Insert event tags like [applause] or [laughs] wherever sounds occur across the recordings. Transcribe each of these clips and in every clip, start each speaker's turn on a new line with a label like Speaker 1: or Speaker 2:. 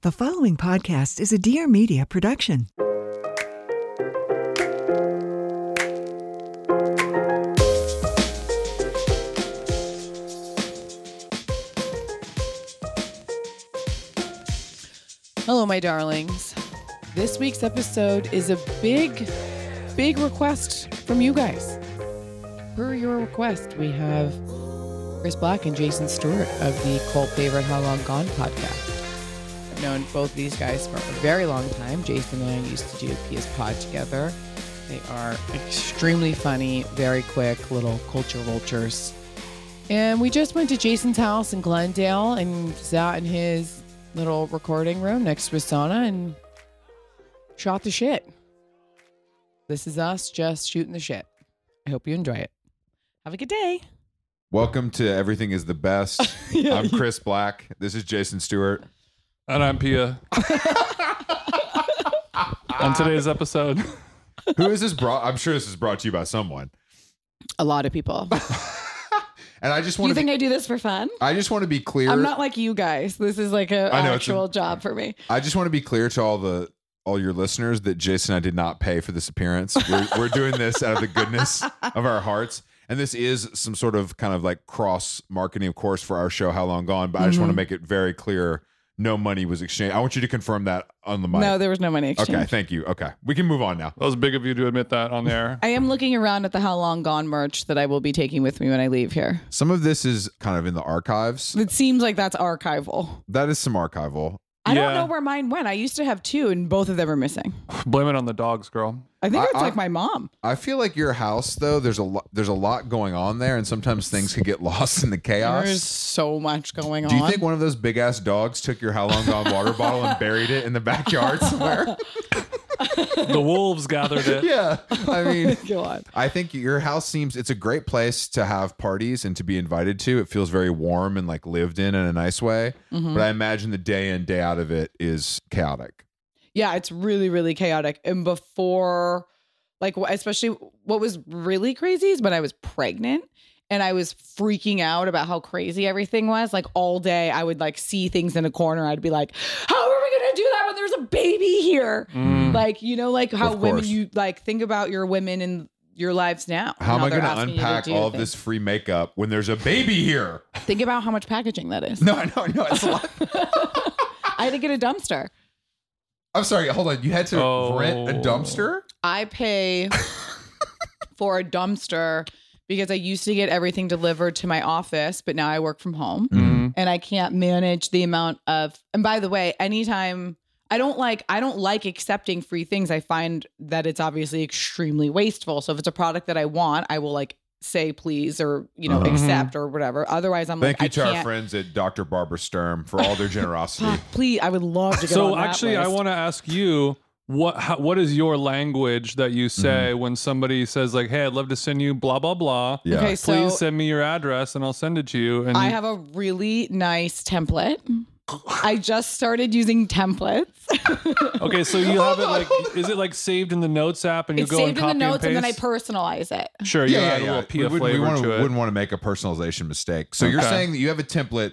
Speaker 1: The following podcast is a Dear Media production.
Speaker 2: Hello, my darlings. This week's episode is a big, big request from you guys. Per your request, we have Chris Black and Jason Stewart of the cult favorite How Long Gone podcast. I've known both these guys for a very long time. Jason and I used to do PS Pod together. They are extremely funny, very quick, little culture vultures. And we just went to Jason's house in Glendale and sat in his little recording room next to Asana and shot the shit. This is us just shooting the shit. I hope you enjoy it. Have a good day.
Speaker 3: Welcome to Everything is the Best.
Speaker 4: [laughs]
Speaker 2: Yeah,
Speaker 3: I'm
Speaker 2: you-
Speaker 3: Chris Black. This is Jason Stewart.
Speaker 5: And I'm Pia. On today's episode,
Speaker 3: Who is this brought? I'm sure this is brought to you by someone.
Speaker 2: A lot of [laughs] people.
Speaker 3: And I just want
Speaker 4: You
Speaker 3: to
Speaker 4: think
Speaker 3: be,
Speaker 4: I do this for fun?
Speaker 3: I just want to be clear.
Speaker 4: I'm not like you guys. This is like a
Speaker 3: I know, it's a-
Speaker 4: actual job for me.
Speaker 3: I just want to be clear to all the all your listeners that Jason and I did not pay for this appearance. We're, we're doing this out of the goodness of our hearts. And this is some sort of kind of like cross marketing, of course, for our show, How Long Gone. But I just want
Speaker 4: Mm-hmm.
Speaker 3: to make it very clear no money was exchanged. I want you to confirm that on the mic.
Speaker 4: No, there was no money exchange.
Speaker 3: okay, thank you. Okay, we can move on now.
Speaker 5: that was big of you to admit that on the air.
Speaker 4: I am looking around at the How Long Gone merch that I will be taking with me when I leave here.
Speaker 3: Some of this is kind of in the archives.
Speaker 4: It seems like that's archival.
Speaker 3: That is some archival.
Speaker 4: I don't
Speaker 5: Yeah.
Speaker 4: know where mine went. I used to have two, and both of them are missing.
Speaker 5: Blame it on the dogs, girl.
Speaker 4: I think
Speaker 3: I-
Speaker 4: it's
Speaker 3: I-
Speaker 4: like my mom.
Speaker 3: I feel like your house though, there's a lot there's a lot going on there and sometimes things could get [laughs] lost in the
Speaker 4: There's
Speaker 3: chaos.
Speaker 4: so much going
Speaker 3: Do you
Speaker 4: on.
Speaker 3: think one of those big ass dogs took your how long gone water bottle and buried it in the
Speaker 4: [laughs]
Speaker 3: backyard somewhere?
Speaker 5: The wolves gathered
Speaker 4: [laughs]
Speaker 5: it.
Speaker 3: yeah. I mean
Speaker 4: God.
Speaker 3: I think your house seems it's a great place to have parties and to be invited to. It feels very warm and like lived in in a nice way.
Speaker 4: Mm-hmm.
Speaker 3: But I imagine the day in, day out of it is chaotic.
Speaker 4: Yeah, it's really, really chaotic. And before, like, wh- especially what was really crazy is when I was pregnant and I was freaking out about how crazy everything was. Like, all day, I would like see things in a corner. I'd be like, how are we going to do that when there's a baby here?
Speaker 3: Hmm.
Speaker 5: Mm.
Speaker 4: Like, you know, like how
Speaker 3: Mm-hmm. Of
Speaker 4: women,
Speaker 3: course.
Speaker 4: you like think about your women in your lives now.
Speaker 3: How am
Speaker 4: and
Speaker 3: I
Speaker 4: they're
Speaker 3: going to
Speaker 4: asking you
Speaker 3: unpack
Speaker 4: do
Speaker 3: all of
Speaker 4: things.
Speaker 3: this free makeup when there's a baby here? [laughs]
Speaker 4: Think about how much packaging that is.
Speaker 3: No, no, no. It's a lot.
Speaker 4: I had to get a dumpster.
Speaker 3: I'm sorry. Hold on. You had to
Speaker 5: Oh.
Speaker 3: rent a dumpster?
Speaker 5: [laughs]
Speaker 4: I pay for a dumpster because I used to get everything delivered to my office, but now I work from home
Speaker 2: Mm-hmm.
Speaker 5: Mm.
Speaker 4: and I can't manage the amount of. And by the way, anytime I don't like I don't like accepting free things. I find that it's obviously extremely wasteful. So if it's a product that I want, I will like say please or you know
Speaker 3: Uh-huh.
Speaker 4: accept or whatever. Otherwise, I'm
Speaker 3: Thank
Speaker 4: like
Speaker 3: you to
Speaker 4: I
Speaker 3: our
Speaker 4: can't.
Speaker 3: friends at Dr. Barbara Sturm
Speaker 2: [laughs]
Speaker 3: for all their generosity.
Speaker 4: Fuck, please, I would love to go.
Speaker 5: So
Speaker 4: on that
Speaker 5: actually, I
Speaker 4: list.
Speaker 5: want to ask you what how, what is your language that you say when somebody says like, "Hey, I'd love to send you blah blah blah."
Speaker 3: Yeah.
Speaker 4: Okay,
Speaker 5: Please
Speaker 4: so
Speaker 5: send me your address and I'll send it to you. And
Speaker 4: I have a really nice template. I just started using templates.
Speaker 5: okay, so
Speaker 4: [laughs]
Speaker 5: you have it like is it like saved in the notes app and you
Speaker 4: It's
Speaker 5: go and
Speaker 4: saved in
Speaker 5: copy
Speaker 4: the notes and,
Speaker 5: paste?
Speaker 4: then I personalize it.
Speaker 5: sure, you add a little
Speaker 3: We,
Speaker 5: Pia
Speaker 3: wouldn't- we
Speaker 5: flavor
Speaker 3: wanna-
Speaker 5: to it.
Speaker 3: wouldn't want to make a personalization mistake. So you're
Speaker 5: Okay.
Speaker 3: saying that you have a template.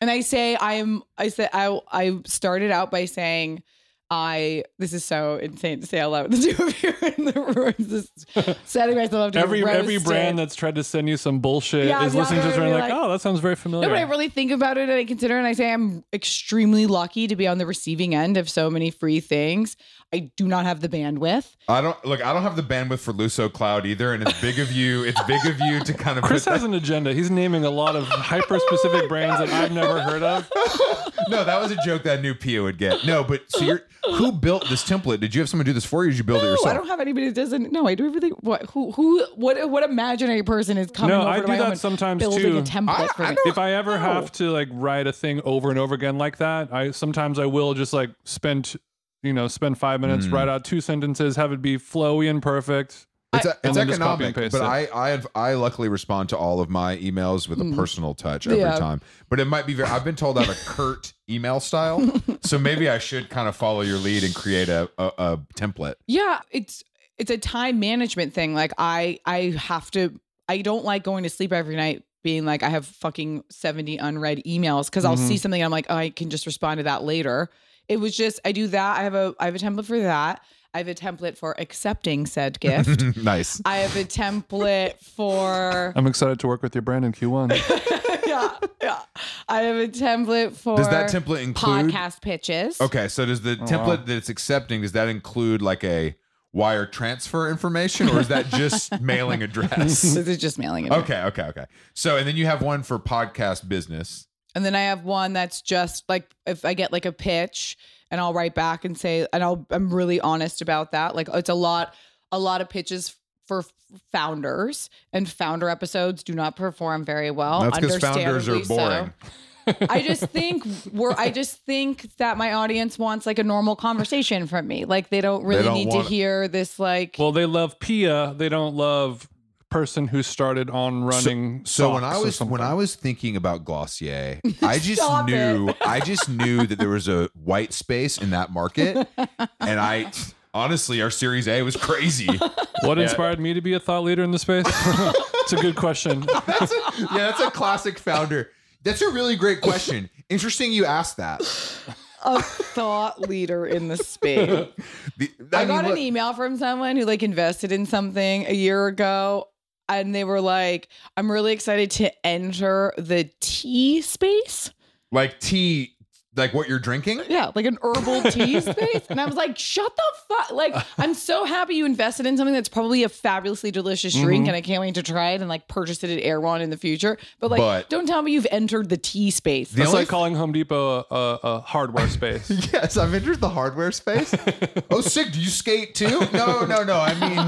Speaker 4: And I say I am I said I I started out by saying
Speaker 2: I this is so insane to say out
Speaker 4: [laughs]
Speaker 2: loud. The two of you in the room just setting myself up to
Speaker 5: Every
Speaker 2: be
Speaker 5: every
Speaker 2: roasted.
Speaker 5: brand that's tried to send you some bullshit
Speaker 2: Yeah,
Speaker 5: is
Speaker 2: yeah,
Speaker 5: listening to this
Speaker 2: they're
Speaker 5: and
Speaker 2: gonna
Speaker 5: like,
Speaker 2: be like-
Speaker 5: oh, that sounds very familiar.
Speaker 2: No, but I really think about it and I consider it and I say I'm extremely lucky to be on the receiving end of so many free things. I do not have the bandwidth.
Speaker 3: I don't look. I don't have the bandwidth for Luso Cloud either, and it's big of you. It's big of you to kind of
Speaker 5: Chris
Speaker 3: put
Speaker 5: has an agenda. He's naming a lot of hyper
Speaker 2: [laughs]
Speaker 5: specific brands that I've never heard of.
Speaker 3: that. [laughs] No, that was a joke that I knew Pia would get. No, but so you're who built this template? Did you have someone do this for you? Or did you build it
Speaker 2: No,
Speaker 3: yourself?
Speaker 2: I don't have anybody that doesn't. No, I do everything. What? Who? Who? What? What imaginary person is coming?
Speaker 5: No,
Speaker 2: over
Speaker 5: I
Speaker 2: to
Speaker 5: do
Speaker 2: my
Speaker 5: that
Speaker 2: home and
Speaker 5: sometimes
Speaker 2: building
Speaker 5: too.
Speaker 2: a template
Speaker 3: I-
Speaker 2: for
Speaker 3: I
Speaker 2: me.
Speaker 3: don't-
Speaker 5: If I ever have to like write a thing over and over again like that, I sometimes I will just like spend you know spend five minutes,
Speaker 3: Hmm.
Speaker 5: write out two sentences, have it be flowy and perfect.
Speaker 3: It's, a, it's
Speaker 5: then just
Speaker 3: economic,
Speaker 5: copy and paste
Speaker 3: but
Speaker 5: it.
Speaker 3: I, I have I luckily respond to all of my emails with a personal touch every
Speaker 2: Hmm. Yeah.
Speaker 3: time. But it might be very. I've been told I have a
Speaker 2: [laughs]
Speaker 3: curt email style, so maybe I should kind of follow your lead and create a a, a template. [laughs]
Speaker 2: Yeah, it's it's a time management thing. Like I I have to I don't like going to sleep every night being like I have fucking 70 unread emails because I'll
Speaker 3: Mm-hmm.
Speaker 2: see something and I'm like, oh, I can just respond to that later. It was just I do that. I have a I have a template for that. I have a template for accepting said
Speaker 3: [laughs]
Speaker 2: gift.
Speaker 3: nice.
Speaker 2: I have a template for
Speaker 3: Um,
Speaker 5: I'm excited to work with your brand in Q1.
Speaker 2: [laughs] yeah, yeah. I have a template for
Speaker 3: Does that template include? Oh.
Speaker 2: podcast pitches.
Speaker 3: Okay, so does
Speaker 5: Oh,
Speaker 3: the template that it's accepting does that include like a wire transfer information, or is
Speaker 2: [laughs]
Speaker 3: that just mailing address?
Speaker 2: This is just mailing it. in.
Speaker 3: Okay, okay, okay. So and then you have one for podcast business.
Speaker 2: And then I have one that's just like if I get like a pitch and I'll write back and say and I'll I'm really honest about that. Like it's a lot a lot of pitches for f- founders and founder episodes do not perform very well.
Speaker 3: That's because founders are
Speaker 2: understandably so.
Speaker 3: boring.
Speaker 2: [laughs] I just think we're I just think that my audience wants like a normal conversation from me. Like they don't really
Speaker 3: don't
Speaker 2: need
Speaker 3: want-
Speaker 2: to hear this like
Speaker 5: well, they love Pia. They don't love person who started on running.
Speaker 3: So when
Speaker 5: socks
Speaker 3: I
Speaker 5: or
Speaker 3: was when
Speaker 5: something.
Speaker 3: I was thinking
Speaker 2: [laughs]
Speaker 3: about Glossier, I just
Speaker 2: Stop
Speaker 3: knew [laughs] I just knew that there was a white space in that market, and I honestly our Series A was crazy. yeah,
Speaker 5: What inspired me to be a thought leader in the space? [laughs] it's a good question.
Speaker 3: [laughs] that's a classic founder. That's a really great question. Interesting, you asked that.
Speaker 2: a thought leader in
Speaker 3: [laughs]
Speaker 2: the space.
Speaker 3: The-
Speaker 2: I,
Speaker 3: mean,
Speaker 2: got
Speaker 3: look-
Speaker 2: an email from someone who like invested in something a year ago and they were like, I'm really excited to enter the tea space.
Speaker 3: like tea, like what you're drinking.
Speaker 2: Yeah, like an herbal tea space. And I was like, shut the fuck. Like, I'm so happy you invested in something that's probably a fabulously delicious drink and I can't wait to try it and like purchase it at Erewhon in the future. But like,
Speaker 3: But-
Speaker 2: don't tell me you've entered the tea space.
Speaker 3: The
Speaker 5: It's
Speaker 3: only
Speaker 5: like calling Home Depot a, a, a hardware space.
Speaker 3: [laughs] Yes, I've entered the hardware space. oh, sick! Do you skate too? No, no, no. I mean,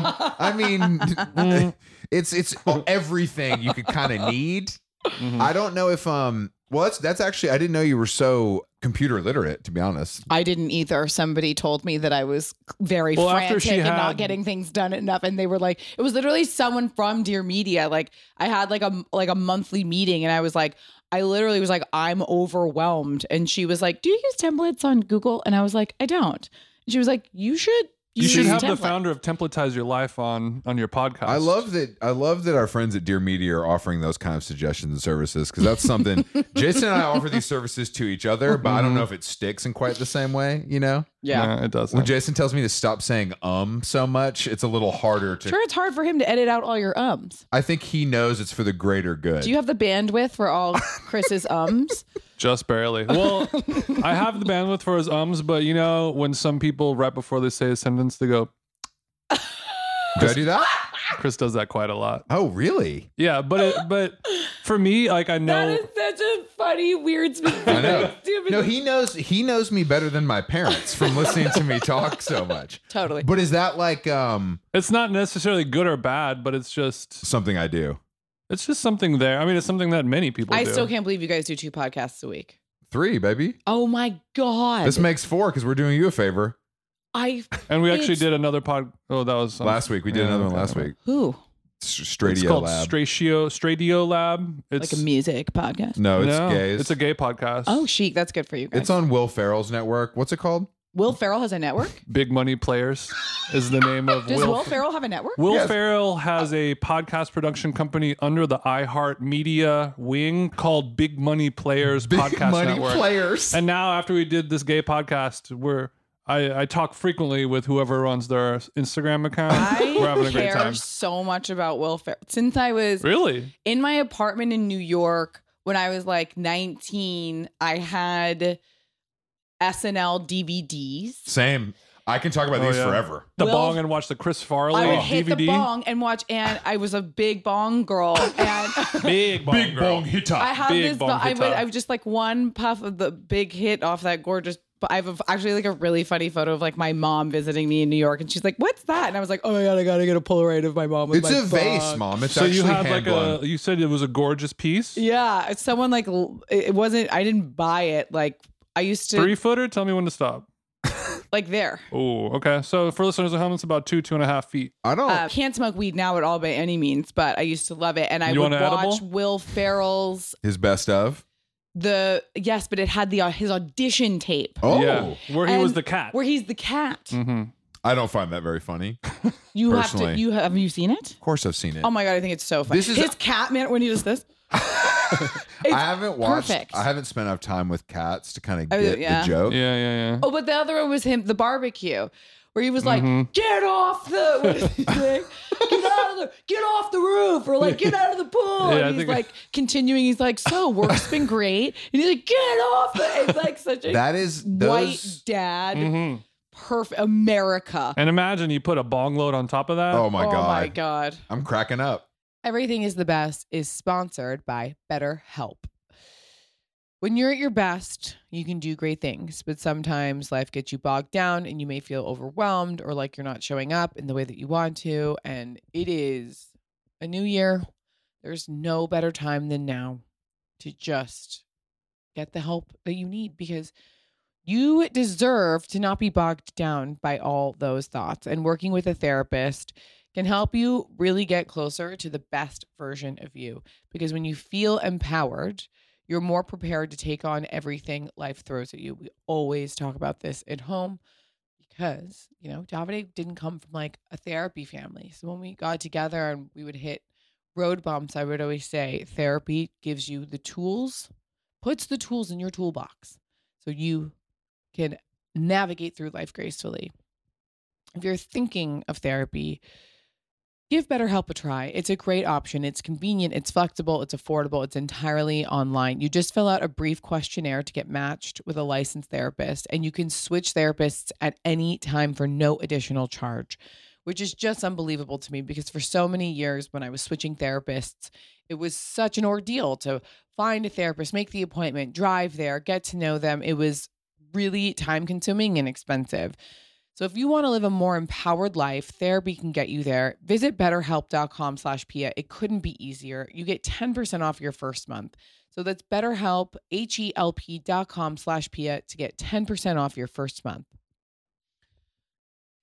Speaker 3: I mean, it's it's everything you could kind of need. I don't know if um. Well, that's that's actually I didn't know you were so computer literate. To be honest,
Speaker 2: I didn't either. Somebody told me that I was very
Speaker 5: [laughs] Well, um, after
Speaker 2: frantic
Speaker 5: she
Speaker 2: and
Speaker 5: had-
Speaker 2: not getting things done enough, and they were like, it was literally someone from Dear Media. Like I had like a like a monthly meeting, and I was like, I literally was like, I'm overwhelmed, and she was like, Do you use templates on Google? And I was like, I don't. And she was like, You should.
Speaker 5: You
Speaker 2: use
Speaker 5: should have the
Speaker 2: templates."
Speaker 5: founder of Templatize Your Life on on your podcast.
Speaker 3: I love that. I love that our friends at Dear Media are offering those kind of suggestions and services because that's something Jason and I offer these services to each other, but I don't know if it sticks in quite the same way. You know,
Speaker 2: Yeah.
Speaker 5: Nah, it
Speaker 3: when
Speaker 5: doesn't.
Speaker 3: Jason tells me to stop saying um so much, it's a little harder to
Speaker 2: Sure, it's hard for him to edit out all your ums.
Speaker 3: I think he knows it's for the greater good.
Speaker 2: Do you have the bandwidth for
Speaker 3: [laughs]
Speaker 2: all Chris's ums?
Speaker 5: Just barely. Well, I have the bandwidth for his ums, but you know when some people right before they say a sentence, they go.
Speaker 3: Did I do that?
Speaker 5: Chris does that quite a lot.
Speaker 3: Oh, really?
Speaker 5: Yeah, but it, but for me, like I know.
Speaker 2: such a funny, weird. [laughs]
Speaker 3: I know. No, he knows. He knows me better than my parents from listening
Speaker 2: [laughs]
Speaker 3: to me talk so much.
Speaker 2: Totally.
Speaker 3: But is that like um
Speaker 5: It's not necessarily good or bad, but it's just
Speaker 3: something I do?
Speaker 5: it's just something there. I mean, it's something that many people.
Speaker 2: I
Speaker 5: do.
Speaker 2: still can't believe you guys do two podcasts a week.
Speaker 3: Three, baby.
Speaker 2: Oh my god!
Speaker 3: This makes four because we're doing you a favor.
Speaker 2: I
Speaker 5: And we actually
Speaker 2: It's-
Speaker 5: did another pod. Oh, that was
Speaker 3: Last week we did
Speaker 5: yeah,
Speaker 3: another one.
Speaker 5: okay.
Speaker 3: Last week,
Speaker 2: who
Speaker 3: Stradio
Speaker 5: it's called
Speaker 3: Lab.
Speaker 5: Stratio Stradio Lab. It's
Speaker 2: like a music podcast.
Speaker 3: no, Oh, it's
Speaker 5: no,
Speaker 3: gays.
Speaker 5: It's a gay podcast.
Speaker 2: Oh, chic. That's good for you guys.
Speaker 3: It's on Will Ferrell's network. What's it called?
Speaker 2: Will Ferrell has a network.
Speaker 5: Big Money Players is the name of
Speaker 2: Does
Speaker 5: Will.
Speaker 2: Will, Ferrell have a network?
Speaker 5: Will Farrell has a podcast production company under the iHeart Media wing called Big Money Players Podcast
Speaker 3: Money
Speaker 5: Network.
Speaker 3: Players.
Speaker 5: And now, after we did this gay podcast, we're I, I talk frequently with whoever runs their Instagram account. We're having
Speaker 4: I
Speaker 5: a great
Speaker 4: care
Speaker 5: time.
Speaker 4: so much about welfare. Since I was
Speaker 5: Really?
Speaker 4: in my apartment in New York when I was like 19, I had SNL DVDs.
Speaker 3: Same. I can talk about
Speaker 5: Oh,
Speaker 3: these
Speaker 5: yeah.
Speaker 3: forever.
Speaker 5: The
Speaker 4: Will-
Speaker 5: bong and watch the Chris Farley
Speaker 4: I would hit
Speaker 5: DVD.
Speaker 4: the bong and watch, and I was a big bong girl.
Speaker 3: [laughs]
Speaker 4: And
Speaker 5: Big bong.
Speaker 3: Big
Speaker 5: girl.
Speaker 3: bong hitter.
Speaker 4: I have
Speaker 5: Big
Speaker 4: this,
Speaker 5: bong
Speaker 4: but I would,
Speaker 5: guitar.
Speaker 4: I would just like one puff of the big hit off that gorgeous. But I have a, actually like a really funny photo of like my mom visiting me in New York, and she's like, "What's that?" And I was like, "Oh my god, I gotta get a Polaroid of my mom." With
Speaker 3: It's
Speaker 4: my
Speaker 3: a vase,
Speaker 4: bong."
Speaker 3: mom. It's
Speaker 5: so
Speaker 3: actually
Speaker 5: you had like
Speaker 3: hand
Speaker 5: a you said it was a gorgeous piece.
Speaker 4: Yeah, it's someone like l- it it wasn't. I didn't buy it. Like I used to
Speaker 5: Three footer. Tell me when to stop.
Speaker 4: like there.
Speaker 5: Oh, okay. So for listeners at home, it's about two two and a half feet.
Speaker 3: I don't.
Speaker 4: Uh, can't smoke weed now at all by any means, but I used to love it, and I
Speaker 5: You
Speaker 4: would
Speaker 5: want an
Speaker 4: watch
Speaker 5: edible?
Speaker 4: Will Ferrell's
Speaker 3: his best of.
Speaker 4: the yes, but it had the uh, his audition tape
Speaker 3: Oh,
Speaker 5: yeah, where he was
Speaker 4: And
Speaker 5: the cat.
Speaker 4: where he's the cat.
Speaker 5: hmm
Speaker 3: I don't find that very funny. Of
Speaker 4: You have
Speaker 3: Personally.
Speaker 4: to. You have, have you seen it?
Speaker 3: course, I've seen it.
Speaker 4: Oh my god, I think it's so funny.
Speaker 3: This is-
Speaker 4: his cat man when he does this. It's
Speaker 3: I haven't watched.
Speaker 4: perfect.
Speaker 3: I haven't spent enough time with cats to kind of
Speaker 4: Oh,
Speaker 3: get
Speaker 4: yeah.
Speaker 3: the joke.
Speaker 5: Yeah, yeah, yeah.
Speaker 4: Oh, but the other one was him, the barbecue, where he was like,
Speaker 3: Mm-hmm.
Speaker 5: Mhm.
Speaker 4: "Get off the,
Speaker 3: [laughs]
Speaker 4: what is he saying? get out of the, get off the roof," or like, "Get out of the
Speaker 5: [laughs]
Speaker 4: pool."
Speaker 5: Yeah, I
Speaker 4: and he's
Speaker 5: think-
Speaker 4: like continuing. He's like, "So work's been great," and he's like, "Get off!" The, it's like such a
Speaker 3: That is
Speaker 4: white
Speaker 3: those.
Speaker 4: dad,
Speaker 5: Mhm.
Speaker 4: perfect America.
Speaker 5: And imagine you put a bong load on top of that.
Speaker 3: Oh my
Speaker 4: oh
Speaker 3: god.
Speaker 4: my god!
Speaker 3: I'm cracking up.
Speaker 2: Everything is the Best is sponsored by BetterHelp. When you're at your best, you can do great things, but sometimes life gets you bogged down and you may feel overwhelmed or like you're not showing up in the way that you want to. And it is a new year. There's no better time than now to just get the help that you need because you deserve to not be bogged down by all those thoughts. And working with a therapist can help you really get closer to the best version of you. Because when you feel empowered, you're more prepared to take on everything life throws at you. We always talk about this at home because, you know, Davide didn't come from like a therapy family. So when we got together and we would hit road bumps, I would always say therapy gives you the tools, puts the tools in your toolbox so you can navigate through life gracefully. If you're thinking of therapy, Give BetterHelp a try. It's a great option. It's convenient, it's flexible, it's affordable, it's entirely online. You just fill out a brief questionnaire to get matched with a licensed therapist, and you can switch therapists at any time for no additional charge, which is just unbelievable to me because for so many years when I was switching therapists, it was such an ordeal to find a therapist, make the appointment, drive there, get to know them. It was really time consuming and expensive. So if you want to live a more empowered life, therapy can get you there. Visit betterhelp.com slash Pia. It couldn't be easier. You get 10% off your first month. So that's betterhelp, H-E-L-P dot com slash Pia to get 10% off your first month.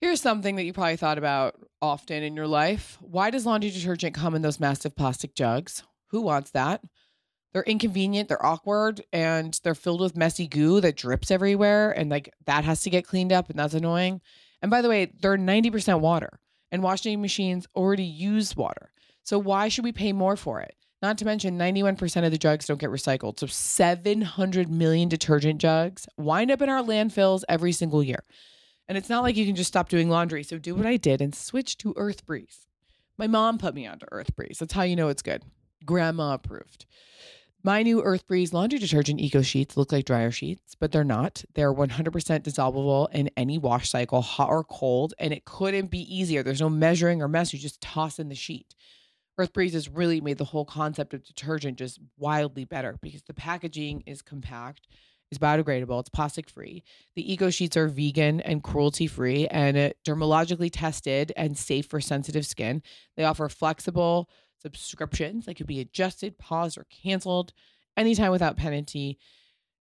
Speaker 2: Here's something that you probably thought about often in your life. Why does laundry detergent come in those massive plastic jugs? Who wants that? They're inconvenient, they're awkward, and they're filled with messy goo that drips everywhere. And like that has to get cleaned up, and that's annoying. And by the way, they're 90% water, and washing machines already use water. So why should we pay more for it? Not to mention 91% of the jugs don't get recycled. So 700 million detergent jugs wind up in our landfills every single year. And it's not like you can just stop doing laundry. So do what I did and switch to Earth Breeze. My mom put me onto Earth Breeze. That's how you know it's good. Grandma approved. My new Earth Breeze laundry detergent eco sheets look like dryer sheets, but they're not. They're 100% dissolvable in any wash cycle, hot or cold, and it couldn't be easier. There's no measuring or mess. You just toss in the sheet. Earth Breeze has really made the whole concept of detergent just wildly better because the packaging is compact, it's biodegradable, it's plastic free. The eco sheets are vegan and cruelty free and uh, dermatologically tested and safe for sensitive skin. They offer flexible subscriptions that could be adjusted, paused, or canceled anytime without penalty.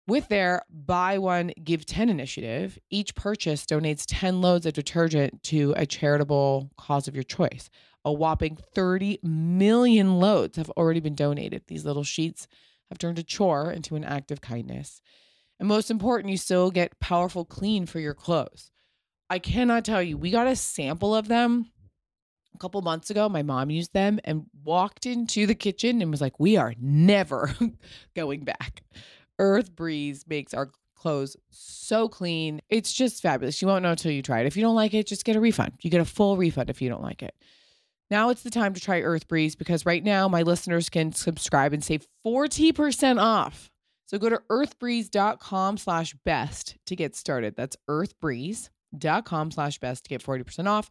Speaker 2: With their buy one, give 10 initiative, each purchase donates 10 loads of detergent to a charitable cause of your choice. A whopping 30 million loads have already been donated. These little sheets have turned a chore into an act of kindness. And most important, you still get powerful clean for your clothes. I cannot tell you, we got a sample of them a couple months ago, my mom used them and walked into the [laughs] kitchen and was like, We are never going back. Earth Breeze makes our clothes so clean. It's just fabulous. You won't know until you try it. If you don't like it, just get a refund. You get a full refund if you don't like it. Now it's the time to try Earth Breeze because right now my listeners can subscribe and save 40% off. So go to earthbreeze.com slash best to get started. That's earthbreeze.com slash best to get 40% off.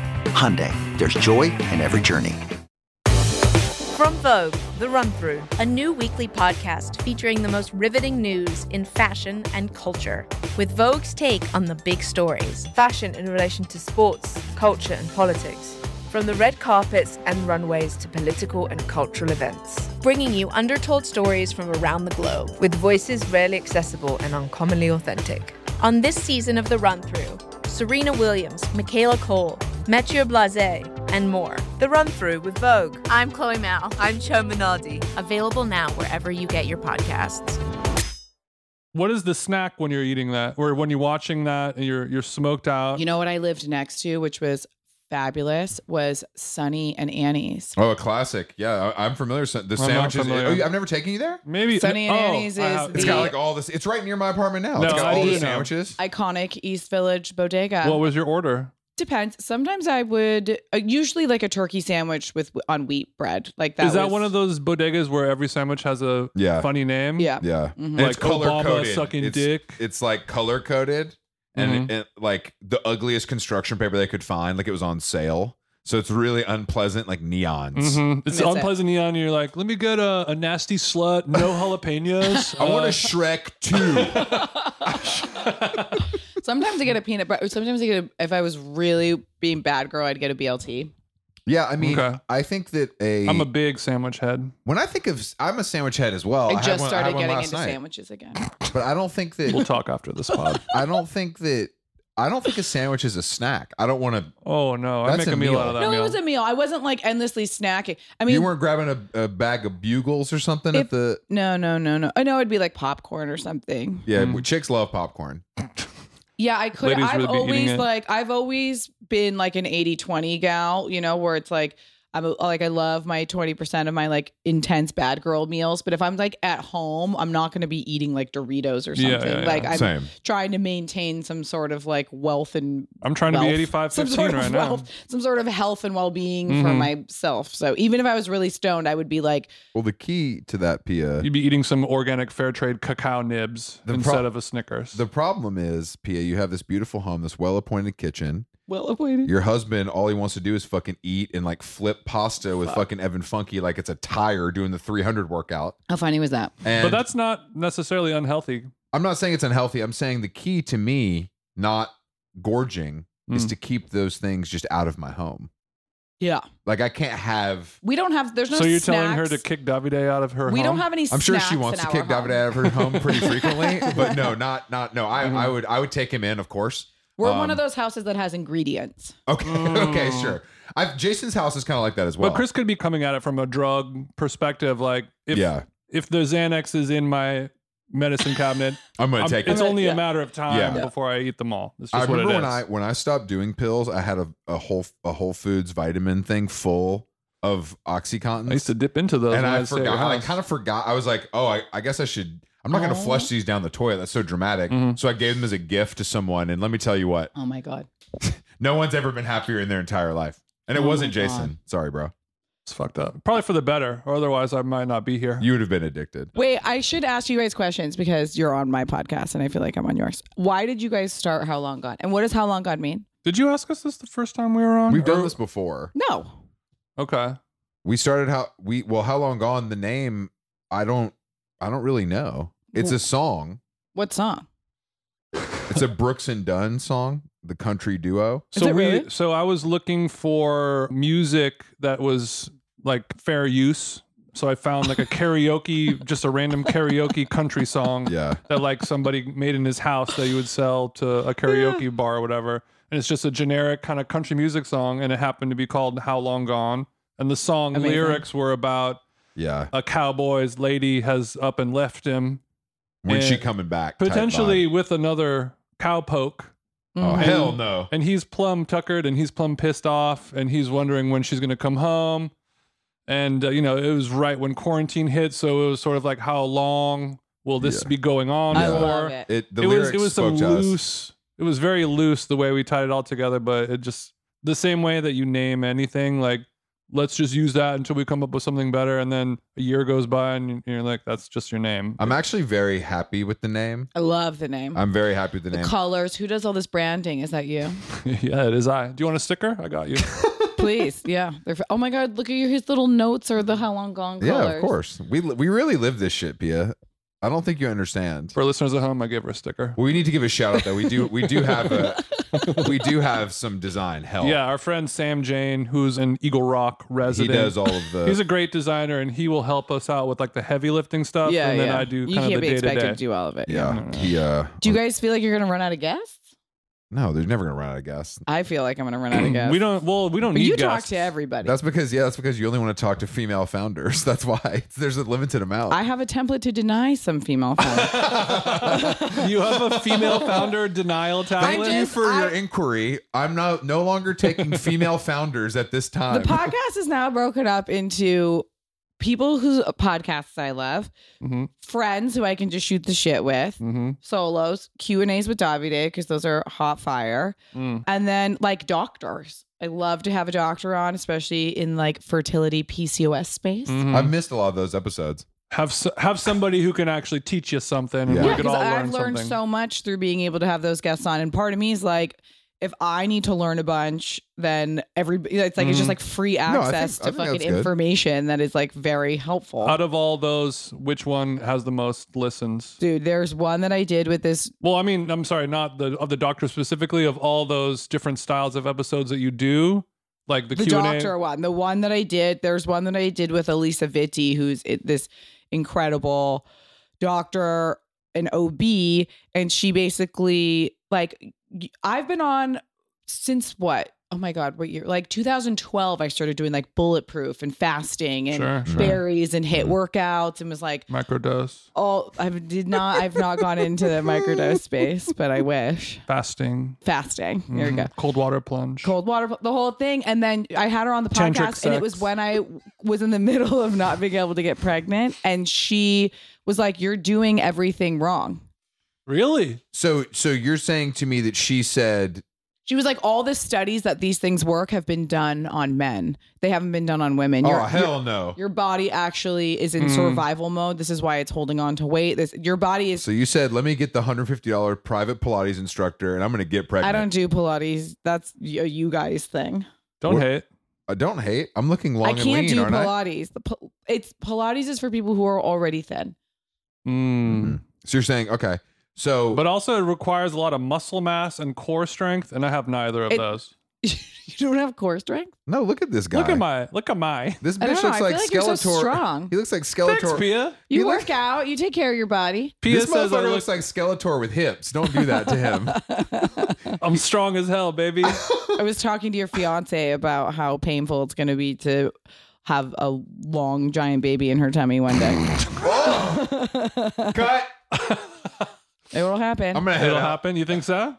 Speaker 4: Hyundai, there's joy in every journey.
Speaker 6: From Vogue, The Run Through, a new weekly podcast featuring the most riveting news in fashion and culture, with Vogue's take on the big stories.
Speaker 7: Fashion in relation to sports, culture, and politics. From the red carpets and runways to political and cultural events.
Speaker 6: bringing you undertold stories from around the globe.
Speaker 7: With voices rarely accessible and uncommonly authentic.
Speaker 6: On this season of The Run Through, Serena Williams, Michaela Cole, Mathieu Blase, and more.
Speaker 7: The Run Through with Vogue.
Speaker 6: I'm Chloe Mal.
Speaker 7: I'm Cho Minardi.
Speaker 6: Available now wherever you get your podcasts.
Speaker 5: What is the snack when you're eating that, or when you're watching that, and you're you're smoked out?
Speaker 2: You know what I lived next to, which was fabulous, was Sunny and Annie's.
Speaker 3: Oh, a classic. Yeah, I, I'm familiar. So- The
Speaker 5: not
Speaker 3: sandwiches.
Speaker 5: familiar.
Speaker 3: Oh, you- I've never taken you there.
Speaker 5: Maybe
Speaker 2: Sunny and
Speaker 5: oh,
Speaker 2: Annie's
Speaker 5: I
Speaker 2: is
Speaker 5: have-
Speaker 3: It's
Speaker 2: The-
Speaker 3: got like all this. It's right near my apartment now.
Speaker 5: No,
Speaker 3: it's got
Speaker 5: I
Speaker 3: all the
Speaker 5: do know.
Speaker 3: sandwiches.
Speaker 2: Iconic East Village
Speaker 4: uh,
Speaker 2: bodega.
Speaker 5: what was your order?
Speaker 2: Depends. Sometimes I would uh, usually like a turkey sandwich with on wheat bread. Like that.
Speaker 5: Is that
Speaker 2: was-
Speaker 5: one of those bodegas where every sandwich has a
Speaker 3: Yeah.
Speaker 5: funny name?
Speaker 2: Yeah.
Speaker 3: Yeah,
Speaker 2: Mhm.
Speaker 3: And it's
Speaker 5: Like Obama
Speaker 3: color-coded.
Speaker 5: sucking
Speaker 3: it's,
Speaker 5: dick. Mm-hmm.
Speaker 3: It's like color coded, and it- like the ugliest construction paper they could find. Like it was on sale, so it's really unpleasant, like neons.
Speaker 5: Mhm. It's
Speaker 2: That's it.
Speaker 5: unpleasant neon. You're like, let me get a, a nasty slut, no jalapenos.
Speaker 3: [laughs] I want
Speaker 5: uh,
Speaker 2: [laughs]
Speaker 3: a Shrek two.
Speaker 2: Sometimes I get a peanut butter. Sometimes I get a, if I was really being bad girl, I'd get a BLT.
Speaker 3: yeah, I mean,
Speaker 5: Okay.
Speaker 3: I think that a,
Speaker 5: I'm a big sandwich head.
Speaker 3: when I think of I'm a sandwich head as well.
Speaker 2: I
Speaker 3: Oh, had
Speaker 2: just
Speaker 3: one- had
Speaker 2: started
Speaker 3: one
Speaker 2: getting
Speaker 3: last
Speaker 2: into
Speaker 3: night.
Speaker 2: sandwiches again.
Speaker 3: but I don't think
Speaker 5: We'll
Speaker 3: that
Speaker 5: talk after [laughs] this pod.
Speaker 3: I don't think that I don't think a sandwich is a snack. I don't want to.
Speaker 5: Oh no, I
Speaker 3: That's
Speaker 5: make
Speaker 3: a
Speaker 5: a meal,
Speaker 3: meal.
Speaker 5: out of that
Speaker 2: no,
Speaker 5: meal.
Speaker 2: it was a meal. I wasn't like endlessly snacking. I mean,
Speaker 3: you weren't grabbing a, a bag of bugles or something
Speaker 2: If-
Speaker 3: at the.
Speaker 2: no, no, no, no. I know it'd be like popcorn or something.
Speaker 3: Yeah,
Speaker 5: Mm.
Speaker 3: chicks love popcorn.
Speaker 2: Yeah, I could.
Speaker 5: Ladies
Speaker 2: I've
Speaker 5: really be eating
Speaker 2: always
Speaker 5: it.
Speaker 2: like I've always been like an 80-20 gal, you know, where it's like I'm a- like I love my 20% of my like intense bad girl meals, but if I'm like at home, I'm not going to be eating like Doritos or something.
Speaker 5: Yeah, yeah, yeah.
Speaker 2: Like I'm
Speaker 3: Same.
Speaker 2: trying to maintain some sort of like wealth and
Speaker 5: I'm trying to
Speaker 2: wealth.
Speaker 5: be 85
Speaker 2: some
Speaker 5: 15
Speaker 2: sort of
Speaker 5: right
Speaker 2: wealth, some sort of health and well-being for
Speaker 5: Mhm.
Speaker 2: myself. So even if I was really stoned, I would be like
Speaker 3: Well, the key to that, Pia,
Speaker 5: now. You'd be eating some organic fair trade cacao nibs
Speaker 3: The
Speaker 5: instead
Speaker 3: pro-
Speaker 5: of a Snickers.
Speaker 3: the problem is, Pia, you have this beautiful home, this well-appointed kitchen.
Speaker 2: well appointed.
Speaker 3: Your husband, all he wants to do is fucking eat and like flip pasta with fucking Evan Funky like it's a tire doing the 300 workout.
Speaker 2: How funny was that?
Speaker 3: And
Speaker 5: but that's not necessarily unhealthy.
Speaker 3: I'm not saying it's unhealthy. I'm saying the key to me not gorging is
Speaker 5: Mm.
Speaker 3: to keep those things just out of my home.
Speaker 2: Yeah.
Speaker 3: Like I can't have.
Speaker 2: We don't have there's no
Speaker 5: so you're telling
Speaker 2: snacks.
Speaker 5: her to kick Davide out of her
Speaker 2: we
Speaker 5: home?
Speaker 2: don't have any
Speaker 3: I'm sure
Speaker 2: snacks
Speaker 3: she wants
Speaker 2: in
Speaker 3: to
Speaker 2: our
Speaker 3: kick
Speaker 2: home.
Speaker 3: David out of her home
Speaker 2: [laughs]
Speaker 3: pretty frequently, but no, not not no.
Speaker 5: Mm-hmm.
Speaker 3: I, I would I would take him in, of course.
Speaker 2: We're
Speaker 3: Um,
Speaker 2: one of those houses that has ingredients.
Speaker 3: Okay, [laughs] okay, sure. I've Jason's house is kind of like that as well.
Speaker 5: Mm. But Chris could be coming at it from a drug perspective. Like, if
Speaker 3: Yeah.
Speaker 5: if the Xanax is in my medicine cabinet,
Speaker 3: I'm gonna
Speaker 5: I'm-
Speaker 3: take
Speaker 5: it's
Speaker 3: it.
Speaker 5: only
Speaker 2: Yeah.
Speaker 5: a matter of time
Speaker 3: Yeah.
Speaker 5: before I eat them all. That's
Speaker 3: I
Speaker 5: just what it
Speaker 3: remember
Speaker 5: is.
Speaker 3: when I when I stopped doing pills, I had a, a whole a Whole Foods vitamin thing full of OxyContin.
Speaker 5: I used to dip into those.
Speaker 3: and
Speaker 5: when
Speaker 3: I
Speaker 5: I'd stay at your
Speaker 3: forgot. I
Speaker 5: house.
Speaker 3: kind of forgot. I was like, oh, I, I guess I should. I'm not going to
Speaker 2: Oh.
Speaker 3: flush these down the toilet. That's so dramatic.
Speaker 5: Mhm.
Speaker 3: So I gave them as a gift to someone. And let me tell you what,
Speaker 2: Oh my god.
Speaker 3: no one's ever been happier in their entire life. And it
Speaker 2: Oh my
Speaker 3: wasn't
Speaker 2: God.
Speaker 3: Jason. Sorry, bro.
Speaker 5: It's fucked up. Probably for the better, or otherwise I might not be here.
Speaker 3: You would have been addicted.
Speaker 2: Wait, I should ask you guys questions because you're on my podcast and I feel like I'm on yours. Why did you guys start How Long Gone? And what does How Long Gone mean?
Speaker 5: Did you ask us this the first time we were on?
Speaker 3: We've done
Speaker 5: Or-
Speaker 3: this before.
Speaker 2: No.
Speaker 5: Okay.
Speaker 3: We started how we well how long gone the name I don't I don't really know. It's a song.
Speaker 2: What song?
Speaker 3: It's a Brooks and Dunn song, the country duo.
Speaker 2: Is
Speaker 5: So
Speaker 2: it
Speaker 5: we.
Speaker 2: really?
Speaker 5: So I was looking for music that was like fair use So I
Speaker 3: [laughs]
Speaker 5: found like a karaoke, just a random karaoke country song
Speaker 3: Yeah.
Speaker 5: that like somebody made in his house that you would sell to a karaoke bar or whatever. And it's just a generic kind of country music song, and it happened to be called "How Long Gone." And the song
Speaker 8: Amazing.
Speaker 5: lyrics were about
Speaker 3: Yeah.
Speaker 5: a cowboy's lady has up and left him,
Speaker 3: When she
Speaker 5: And
Speaker 3: coming back? type
Speaker 5: Eh, potentially
Speaker 3: vibe.
Speaker 5: with another cowpoke.
Speaker 3: Oh
Speaker 2: mm-hmm.
Speaker 5: Mhm.
Speaker 3: hell no.
Speaker 5: And he's plumb tuckered and he's plumb pissed off and he's wondering when she's going to come home. And, uh, you know, it was right when quarantine hit. So it was sort of like, how long will this
Speaker 3: Yeah.
Speaker 5: be going on
Speaker 2: I
Speaker 3: Yeah.
Speaker 5: for?
Speaker 2: love it.
Speaker 3: It the
Speaker 5: it was
Speaker 3: lyrics
Speaker 5: it was some
Speaker 3: spoke to us.
Speaker 5: loose. It was very loose the way we tied it all together, but it just the same way that you name anything like let's just use that until we come up with something better, and then a year goes by and you're like that's just your name.
Speaker 3: I'm actually very happy with the name.
Speaker 2: I love the name.
Speaker 3: I'm very happy with the
Speaker 2: the
Speaker 3: name.
Speaker 2: colors. Who does all this branding? Is that you?
Speaker 5: [laughs] yeah, it is I. Do you want a sticker?
Speaker 3: [laughs]
Speaker 5: I got you.
Speaker 2: Please, [laughs] yeah. They're, f- oh my God! Look at your, his little notes or the how long gone
Speaker 3: yeah,
Speaker 2: colors.
Speaker 3: of course. We li- we really live this shit, Pia. I don't think you understand.
Speaker 5: For listeners at home, I gave her a sticker.
Speaker 3: We need to give a shout out though. We do we do have a we do have some design help.
Speaker 5: Yeah, our friend Sam Jane, who's an Eagle Rock
Speaker 3: he
Speaker 5: resident.
Speaker 3: does all of the.
Speaker 5: He's a great designer, and he will help us out with like the heavy lifting stuff.
Speaker 2: Yeah,
Speaker 5: and then
Speaker 2: yeah.
Speaker 5: I do
Speaker 2: You
Speaker 5: kind
Speaker 2: can't
Speaker 5: of the
Speaker 2: be
Speaker 5: day to
Speaker 2: expected
Speaker 5: day.
Speaker 2: to do all of it.
Speaker 3: yeah. He uh.
Speaker 2: Do
Speaker 5: Um,
Speaker 2: you guys feel like you're gonna run out of guests?
Speaker 3: no, they're never gonna run out of gas.
Speaker 2: I feel like I'm gonna run out
Speaker 5: [clears throat]
Speaker 2: of guests.
Speaker 5: We don't. Well, we don't
Speaker 2: But
Speaker 5: need
Speaker 2: you talk
Speaker 5: guests.
Speaker 2: to everybody.
Speaker 3: That's because yeah, that's because you only want to talk to female founders. [laughs] That's why there's a limited amount.
Speaker 2: I have a template to deny some
Speaker 5: [laughs]
Speaker 2: female founders.
Speaker 5: [laughs] you have a female
Speaker 2: [laughs]
Speaker 5: founder denial
Speaker 3: Thank
Speaker 5: tablet.
Speaker 3: you for your inquiry. I'm not no
Speaker 2: [laughs]
Speaker 3: longer taking female founders at this
Speaker 2: the
Speaker 3: time.
Speaker 2: podcast is now broken up into people whose podcasts I love, Mm-hmm.
Speaker 5: Mhm.
Speaker 2: friends who I can just shoot the shit with,
Speaker 5: Mhm.
Speaker 2: solos, Q and A's with Davide because those are hot fire,
Speaker 5: Mm.
Speaker 2: and then like doctors. I love to have a doctor on, especially in like fertility PCOS space.
Speaker 5: Mhm.
Speaker 3: I've missed a lot of those episodes.
Speaker 5: Have s- have somebody who can actually teach you something, and
Speaker 3: Yeah.
Speaker 5: we
Speaker 2: Yeah,
Speaker 5: could
Speaker 2: because
Speaker 5: all
Speaker 2: I've
Speaker 5: learn
Speaker 2: learned
Speaker 5: something.
Speaker 2: so much through being able to have those guests on. And part of me is like, if I need to learn a bunch, then everybody, it's like, it's
Speaker 5: Mhm.
Speaker 2: just like free
Speaker 3: Mm-hmm. I think-
Speaker 2: access
Speaker 3: I think
Speaker 2: to
Speaker 3: that's
Speaker 2: fucking
Speaker 3: good.
Speaker 2: information that is like very helpful.
Speaker 5: Out of all those, which one has the most listens?
Speaker 2: Dude, there's one that I did with this.
Speaker 5: Well, I mean, I'm sorry, not the of the doctor specifically. Of all those different styles of episodes that you do, like the,
Speaker 2: The,
Speaker 5: Q and
Speaker 2: doctor
Speaker 5: A.
Speaker 2: one, the one that I did, there's one that I did with Elisa Vitti, who's i- this incredible doctor, an OB, and she basically like y- I've been on since what? Oh my god, what year? Like 2012, I started doing like bulletproof and fasting and
Speaker 5: Sure, Mm-hmm. sure.
Speaker 2: berries and hit workouts and was like,
Speaker 5: Microdose,
Speaker 2: oh, I did not, I've not gone into the microdose space, but I wish
Speaker 5: fasting,
Speaker 2: fasting. There you
Speaker 5: mhm,
Speaker 2: go.
Speaker 5: cold water plunge.
Speaker 2: Cold water, the whole thing, and then I had her on the
Speaker 5: Tantric
Speaker 2: podcast, and it was
Speaker 5: sex.
Speaker 2: when I was in the [laughs] middle of not being able to get pregnant, and she was like, "You're doing everything wrong."
Speaker 5: Really?
Speaker 3: So so you're saying to me that she said
Speaker 2: She was like, all the studies that these things work have been done on men. They haven't been done on women. Your-
Speaker 3: Oh hell no.
Speaker 2: Your body actually is in
Speaker 5: Mm.
Speaker 2: survival mode. This is why it's holding on to weight. This your body is
Speaker 3: So you said let me get the $150 private Pilates instructor and I'm going to get
Speaker 2: I
Speaker 3: pregnant.
Speaker 2: don't do Pilates. That's y- a you guys thing.
Speaker 5: Don't
Speaker 3: What-
Speaker 5: hate.
Speaker 3: I don't hate. I'm looking long
Speaker 2: I can't
Speaker 3: and lean,
Speaker 2: do
Speaker 3: aren't I?
Speaker 2: Pilates. The pil- it's Pilates is for people who are already thin. [laughs]
Speaker 5: Mm.
Speaker 3: Mhm. So you're saying okay. So
Speaker 5: But also, it requires a lot of muscle mass and core strength, and I have neither of
Speaker 2: It-
Speaker 5: those.
Speaker 2: you don't have core strength.
Speaker 3: no, look at this guy.
Speaker 5: Look at my, look
Speaker 3: [laughs]
Speaker 5: at my.
Speaker 3: This
Speaker 2: I
Speaker 3: bitch
Speaker 2: don't
Speaker 3: looks
Speaker 2: know. I
Speaker 3: like
Speaker 2: feel like you're so
Speaker 3: Skeletor.
Speaker 2: strong.
Speaker 3: He looks like
Speaker 5: Thanks,
Speaker 3: Skeletor.
Speaker 5: Pia.
Speaker 2: You
Speaker 3: He
Speaker 2: work
Speaker 3: looks-
Speaker 2: out. You take care of your body.
Speaker 5: Pia
Speaker 3: this
Speaker 5: says I
Speaker 3: motherfucker
Speaker 5: look,
Speaker 3: looks like Skeletor with hips. Don't do that to
Speaker 2: [laughs]
Speaker 3: him.
Speaker 5: I'm strong as
Speaker 3: [laughs]
Speaker 5: hell, baby.
Speaker 2: I was talking to your fiance about how painful it's going to be to have a long giant baby in her tummy one [laughs] day.
Speaker 3: Cut.
Speaker 2: it will happen.
Speaker 3: I'm gonna head
Speaker 5: It'll
Speaker 3: out.
Speaker 5: happen. You think so?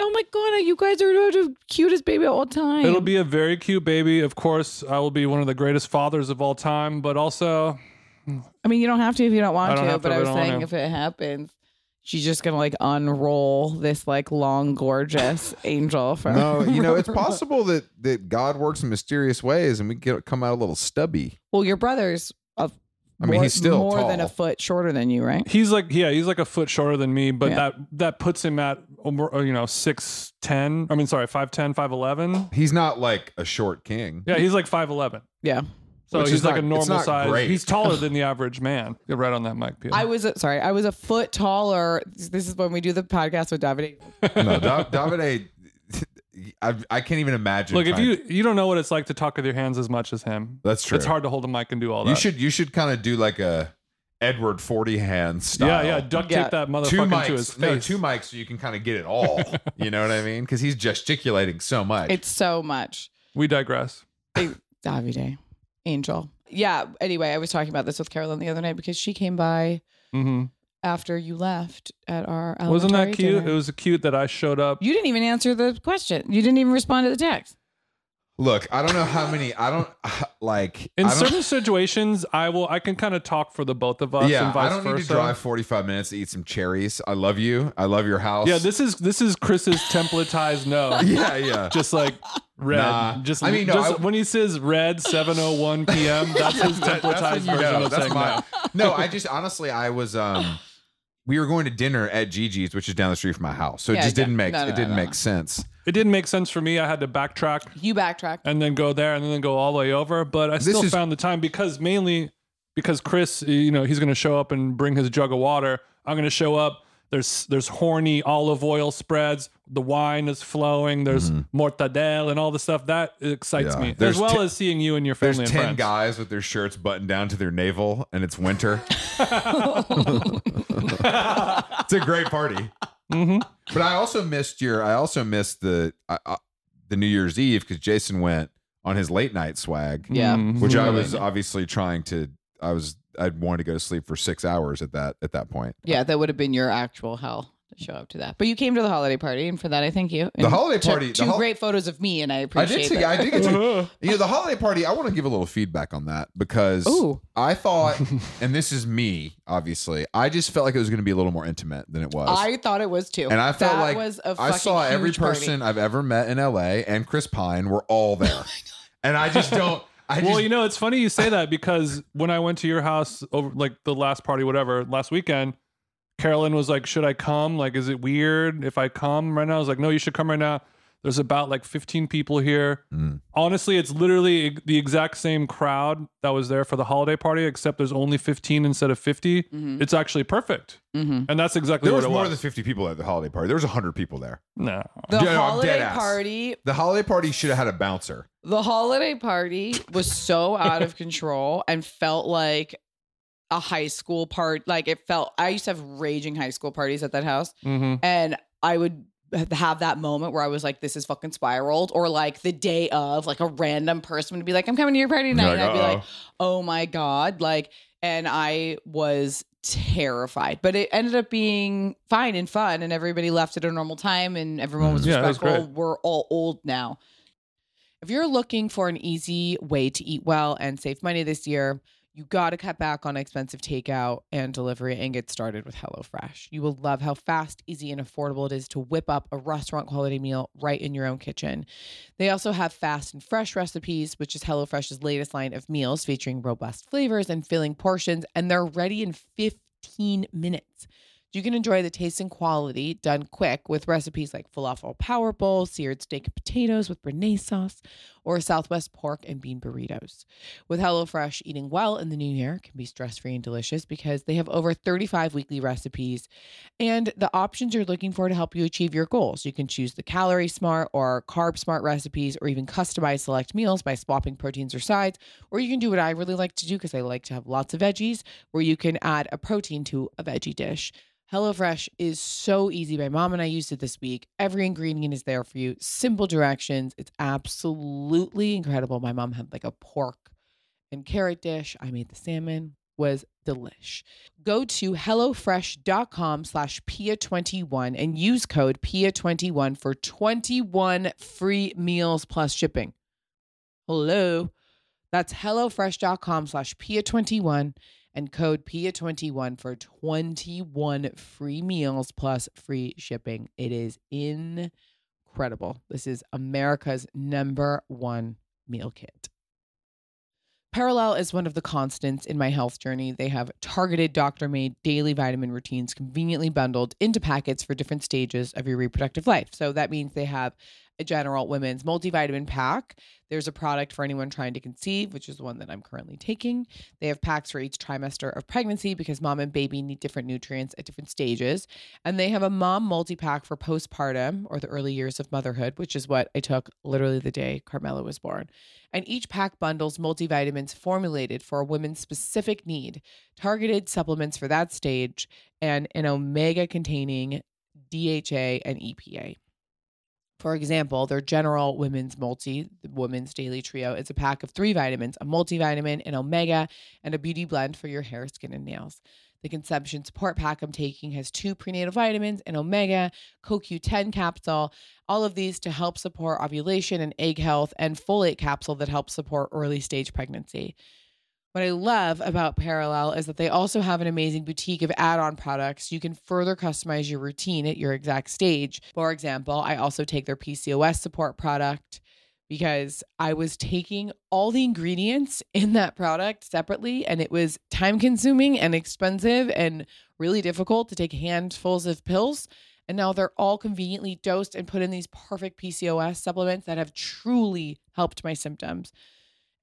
Speaker 2: oh my god, you guys are the cutest baby of all time.
Speaker 5: It'll be a very cute baby. Of course, I will be one of the greatest fathers of all time, but also,
Speaker 2: I mean, you don't have to if you don't want
Speaker 5: I don't
Speaker 2: to,
Speaker 5: have to
Speaker 2: but
Speaker 5: if I
Speaker 2: I was
Speaker 5: don't want
Speaker 2: saying
Speaker 5: to.
Speaker 2: if it happens, she's just going to like unroll this like long [laughs] gorgeous angel from
Speaker 3: No, you know
Speaker 2: [laughs]
Speaker 3: it's possible that that God works in mysterious ways, and we get come out a little stubby.
Speaker 2: Well, your brother's a
Speaker 3: I mean,
Speaker 2: more,
Speaker 3: he's still
Speaker 2: more than
Speaker 3: tall.
Speaker 2: a foot shorter than you, right?
Speaker 5: he's like, yeah, he's like a foot shorter than me, but
Speaker 2: Yeah.
Speaker 5: that that puts him at over- uh, you know six ten. I mean, sorry, five ten, five eleven.
Speaker 3: He's not like a short
Speaker 5: [laughs]
Speaker 3: king.
Speaker 5: Yeah, he's like five eleven.
Speaker 2: Yeah.
Speaker 5: So
Speaker 3: Which is
Speaker 5: he's like
Speaker 3: not-
Speaker 5: a
Speaker 3: it's
Speaker 5: normal
Speaker 3: not
Speaker 5: size.
Speaker 3: great.
Speaker 5: He's taller
Speaker 3: [laughs]
Speaker 5: than the average man. You're right on that, Mike. Pia.
Speaker 2: I was sorry. I was a foot taller. This is when we do the podcast with Davide.
Speaker 3: No, da- Davide I, I can't even imagine.
Speaker 5: Look, if
Speaker 3: trying-
Speaker 5: you you don't know what it's like to talk with your hands as much as him.
Speaker 3: That's true.
Speaker 5: It's hard to hold a mic and do all that.
Speaker 3: you should you should kind of do like a Edward forty hand
Speaker 5: yeah,
Speaker 3: style.
Speaker 5: yeah, duct
Speaker 2: Yeah.
Speaker 5: tape that motherfucker
Speaker 3: two mics,
Speaker 5: to his face.
Speaker 3: no, two mics, so you can kind of get it
Speaker 5: [laughs]
Speaker 3: all. you know what I mean? Because he's gesticulating so much.
Speaker 2: It's so much.
Speaker 5: we digress.
Speaker 2: Davide, angel. Yeah. Anyway, I was talking about this with Carolyn the other night because she came by
Speaker 5: hmm
Speaker 2: after you left at our.
Speaker 5: Wasn't that
Speaker 2: elementary
Speaker 5: cute?
Speaker 2: dinner.
Speaker 5: It was cute that I showed up.
Speaker 2: You didn't even answer the question. You didn't even respond to the text.
Speaker 3: Look, I don't know how many. I don't [sighs] like.
Speaker 5: in
Speaker 3: I don't,
Speaker 5: certain situations, I will. I can kind of talk for the both of us.
Speaker 3: yeah,
Speaker 5: and vice
Speaker 3: I don't
Speaker 5: versa.
Speaker 3: need to drive forty five minutes to eat some cherries. I love you. I love your house.
Speaker 5: Yeah, this is this is Chris's templatized no.
Speaker 3: [laughs] Yeah, yeah.
Speaker 5: [laughs] Just like red.
Speaker 3: Nah.
Speaker 5: Just
Speaker 3: I mean, no,
Speaker 5: just
Speaker 3: I-
Speaker 5: when he says red
Speaker 3: [laughs]
Speaker 5: 701 p.m., that's his
Speaker 3: That- that's
Speaker 5: templatized
Speaker 3: when you
Speaker 5: version
Speaker 3: know.
Speaker 5: of
Speaker 3: That's
Speaker 5: saying
Speaker 3: my- [laughs]
Speaker 5: no.
Speaker 3: no,
Speaker 5: [laughs]
Speaker 3: I just honestly, I was. um We were going to dinner at Gigi's, which is down the street from my house, so it
Speaker 2: Yeah,
Speaker 3: just
Speaker 2: yeah.
Speaker 3: didn't make
Speaker 2: No, no,
Speaker 3: it
Speaker 2: no,
Speaker 3: didn't
Speaker 2: no,
Speaker 3: make
Speaker 2: no.
Speaker 3: sense.
Speaker 5: It didn't make sense for me. I had to backtrack
Speaker 2: You backtracked.
Speaker 5: and then go there and then go all the way over, but I still
Speaker 3: is-
Speaker 5: found the time because mainly because Chris, you know, he's going to show up and bring his jug of water. I'm going to show up. There's there's horny olive oil spreads. The wine is flowing. There's mortadelle and all the stuff that excites
Speaker 3: Mm-hmm. Yeah.
Speaker 5: me,
Speaker 3: There's
Speaker 5: as well
Speaker 3: ten-
Speaker 5: as seeing you and your family
Speaker 3: There's
Speaker 5: and
Speaker 3: ten
Speaker 5: friends.
Speaker 3: guys with their shirts buttoned down to their navel, and it's winter. it's a great party.
Speaker 5: Mhm.
Speaker 3: But I also missed your. I also missed the I, I, the New Year's Eve because Jason went on his late night swag,
Speaker 2: Yeah. Mm-hmm.
Speaker 5: Mhm.
Speaker 3: which I was obviously trying to. I was. I'd wanted to go to sleep for six hours at that at that point.
Speaker 2: Yeah, that would have been your actual hell to show up to that. But you came to the holiday party, and for that, I thank you. And
Speaker 3: The holiday
Speaker 2: took
Speaker 3: party- the
Speaker 2: Two
Speaker 3: hol-
Speaker 2: great photos of me, and I
Speaker 3: I
Speaker 2: appreciate
Speaker 3: did. See,
Speaker 2: that.
Speaker 3: I did get
Speaker 5: [laughs]
Speaker 3: to. You know, the holiday party. I want to give a little feedback on that because
Speaker 2: Ooh.
Speaker 3: I
Speaker 5: [laughs]
Speaker 3: thought, and this is me, obviously. I just felt like it was going to be a little more intimate than it was.
Speaker 2: I thought it was too.
Speaker 3: And I felt
Speaker 2: that
Speaker 3: like
Speaker 2: was a
Speaker 3: I
Speaker 2: fucking
Speaker 3: saw every
Speaker 2: huge party. Oh
Speaker 3: person I've ever met in LA and Chris Pine were
Speaker 2: [laughs]
Speaker 3: all there. and I just don't. I just,
Speaker 5: well, you know, it's funny you say that because when I went to your house over like the last party, whatever, last weekend, Carolyn was like, Should I come? Like, is it weird if I come right now? I was like, No, you should come right now. There's about like 15 people here.
Speaker 3: Mm.
Speaker 5: Honestly, it's literally e-, the exact same crowd that was there for the holiday party, except there's only 15 instead of 50.
Speaker 2: Mm-hmm.
Speaker 5: It's actually perfect.
Speaker 2: Mhm.
Speaker 5: And that's exactly
Speaker 3: there
Speaker 5: what
Speaker 3: was
Speaker 5: it
Speaker 3: more
Speaker 5: was.
Speaker 3: than 50 people at the holiday party. There was 100 people there.
Speaker 5: no.
Speaker 2: The
Speaker 3: Dude, I'm dead
Speaker 2: holiday
Speaker 3: ass.
Speaker 2: party,
Speaker 3: The holiday party should have had a bouncer.
Speaker 2: the holiday party was so out
Speaker 3: [laughs]
Speaker 2: of control and felt like a high school part. Like it felt. I used to have raging high school parties at that house.
Speaker 5: Mhm.
Speaker 2: and I would have that moment where I was like, "This is fucking spiraled," or like the day of, like a random person would be like, "I'm coming to your party tonight,"
Speaker 3: You're like,
Speaker 2: and I'd be
Speaker 3: "Uh-oh."
Speaker 2: like, "Oh my god!" Like, and I was terrified, but it ended up being fine and fun, and everybody left at a normal time, and everyone was
Speaker 5: Yeah, it was
Speaker 2: respectful.
Speaker 5: great.
Speaker 2: We're all old now. If you're looking for an easy way to eat well and save money this year, you got to cut back on expensive takeout and delivery and get started with HelloFresh. You will love how fast, easy, and affordable it is to whip up a restaurant quality meal right in your own kitchen. They also have fast and fresh recipes, which is HelloFresh's latest line of meals featuring robust flavors and filling portions, and they're ready in 15 minutes. You can enjoy the taste and quality done quick with recipes like falafel power bowl, seared steak and potatoes with béarnaise sauce, or Southwest pork and bean burritos. With HelloFresh, eating well in the new year can be stress free and delicious because they have over 35 weekly recipes and the options you're looking for to help you achieve your goals. You can choose the calorie smart or carb smart recipes or even customize select meals by swapping proteins or sides. Or you can do what I really like to do because I like to have lots of veggies, where you can add a protein to a veggie dish. HelloFresh is so easy. My mom and I used it this week. Every ingredient is there for you, simple directions. It's absolutely incredible. My mom had like a pork and carrot dish. I made the salmon was delish. Go to HelloFresh.com slash Pia21 and use code Pia21 for 21 free meals plus shipping. Hello. That's HelloFresh.com slash Pia21 and code Pia21 for 21 free meals plus free shipping. It is incredible. This is America's number one meal kit. Parallel is one of the constants in my health journey. They have targeted doctor made daily vitamin routines conveniently bundled into packets for different stages of your reproductive life. So that means they have General Women's Multivitamin Pack. There's a product for anyone trying to conceive, which is the one that I'm currently taking. They have packs for each trimester of pregnancy because mom and baby need different nutrients at different stages. And they have a mom multi pack for postpartum or the early years of motherhood, which is what I took literally the day Carmela was born. And each pack bundles multivitamins formulated for a woman's specific need, targeted supplements for that stage, and an omega containing DHA and E EPA. For example, their general women's multi, the women's daily trio, is a pack of three vitamins, a multivitamin, an omega, and a beauty blend for your hair, skin, and nails. The conception support pack I'm taking has two prenatal vitamins, an omega, CoQ10 capsule, all of these to help support ovulation and egg health, and folate capsule that helps support early stage pregnancy. What I love about Parallel is that they also have an amazing boutique of add on products. You can further customize your routine at your exact stage. For example, I also take their PCOS support product because I was taking all the ingredients [laughs] in that product separately and it was time consuming and expensive and really difficult to take handfuls of pills. And now they're all conveniently dosed and put in these perfect PCOS supplements that have truly helped my symptoms.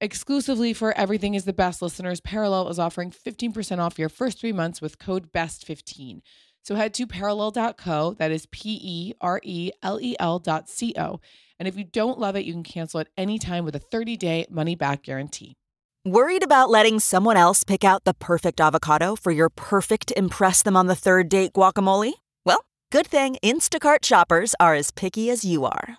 Speaker 2: Exclusively for Everything is the Best listeners, Parallel is offering 15% off your first three months with code BEST15. So head to parallel.co, that is P E R E L E L dot C O. And if you don't love it, you can cancel at any time with a 30 day money back guarantee.
Speaker 7: Worried about letting someone else pick out the perfect avocado for your perfect Impress Them on the Third Date guacamole? Well, good thing Instacart shoppers are as picky as you are.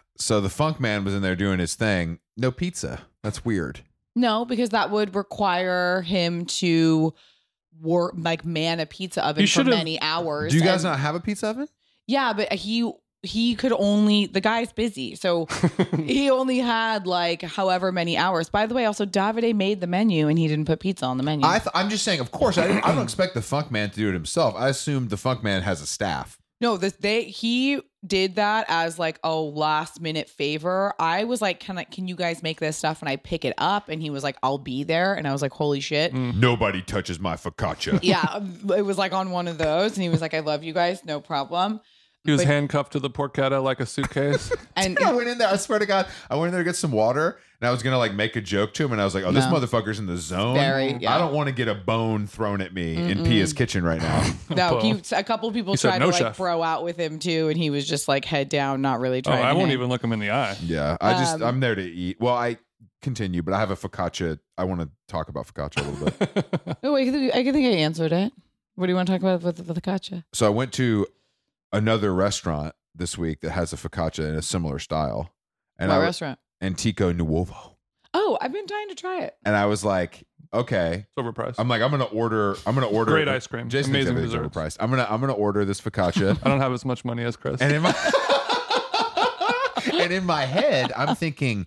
Speaker 3: So the Funk Man was in there doing his thing. No pizza. That's weird.
Speaker 2: No, because that would require him to work like man a pizza oven
Speaker 5: He
Speaker 2: for
Speaker 5: should've-
Speaker 2: many hours.
Speaker 3: Do you guys
Speaker 2: and-
Speaker 3: not have a pizza oven?
Speaker 2: Yeah, but he he could only the guy's busy,
Speaker 5: [laughs]
Speaker 2: so he only had like however many hours. By the way, also Davide made the menu and he didn't put pizza on the menu.
Speaker 3: I th- I'm just saying. Of course, I, didn't- I don't expect the Funk Man to do it himself. I assume the Funk Man has a staff.
Speaker 2: no, this they he did that as like a last minute favor. I was like, can I can you guys make this stuff and I pick it up? And he was like, I'll be there, and I was like, holy shit.
Speaker 5: Mm.
Speaker 3: Nobody touches
Speaker 2: [laughs]
Speaker 3: my focaccia. [laughs]
Speaker 2: Yeah, um, it was like on one of those, and he was like, "I love you guys, no problem."
Speaker 5: He was
Speaker 2: But-
Speaker 5: handcuffed to the porchetta like a
Speaker 2: [laughs]
Speaker 5: suitcase.
Speaker 2: And
Speaker 3: I went in there. I swear to God, I went in there to get some water, and I was gonna like make a joke to him, and I was like, "Oh, this
Speaker 2: No.
Speaker 3: motherfucker's in the zone.
Speaker 2: Very, yeah.
Speaker 3: I don't want to get a bone thrown at me in Pia's kitchen right
Speaker 2: [laughs]
Speaker 3: now."
Speaker 2: No,
Speaker 5: Well,
Speaker 2: he, a couple people
Speaker 5: he said
Speaker 2: tried
Speaker 5: no,
Speaker 2: to like
Speaker 5: chef.
Speaker 2: throw out with him too, and he was just like head down, not really
Speaker 5: oh,
Speaker 2: trying.
Speaker 5: I
Speaker 2: to
Speaker 5: won't
Speaker 2: hang.
Speaker 5: even look him in the eye.
Speaker 3: yeah, I just
Speaker 2: Um,
Speaker 3: I'm there to eat. Well, I continue, but I have a focaccia. I want to talk about focaccia a little
Speaker 2: [laughs]
Speaker 3: bit.
Speaker 2: Oh, I think I think I answered it. What do you want to talk about with the focaccia?
Speaker 3: So I went to another restaurant this week that has a focaccia in a similar style, and
Speaker 2: My
Speaker 3: I was
Speaker 2: restaurant.
Speaker 3: Antico Nuovo,
Speaker 2: Oh, I've been dying to try it.
Speaker 3: and I was like, "Okay,
Speaker 5: It's overpriced.
Speaker 3: I'm like, I'm gonna order. I'm gonna order
Speaker 5: Great ice cream.
Speaker 3: Jason
Speaker 5: Amazing
Speaker 3: thinks everything's
Speaker 5: desserts.
Speaker 3: overpriced. I'm gonna I'm gonna order this focaccia.
Speaker 5: [laughs] I don't have as much money as Chris.
Speaker 3: and
Speaker 5: [laughs]
Speaker 3: in my and in my head, I'm thinking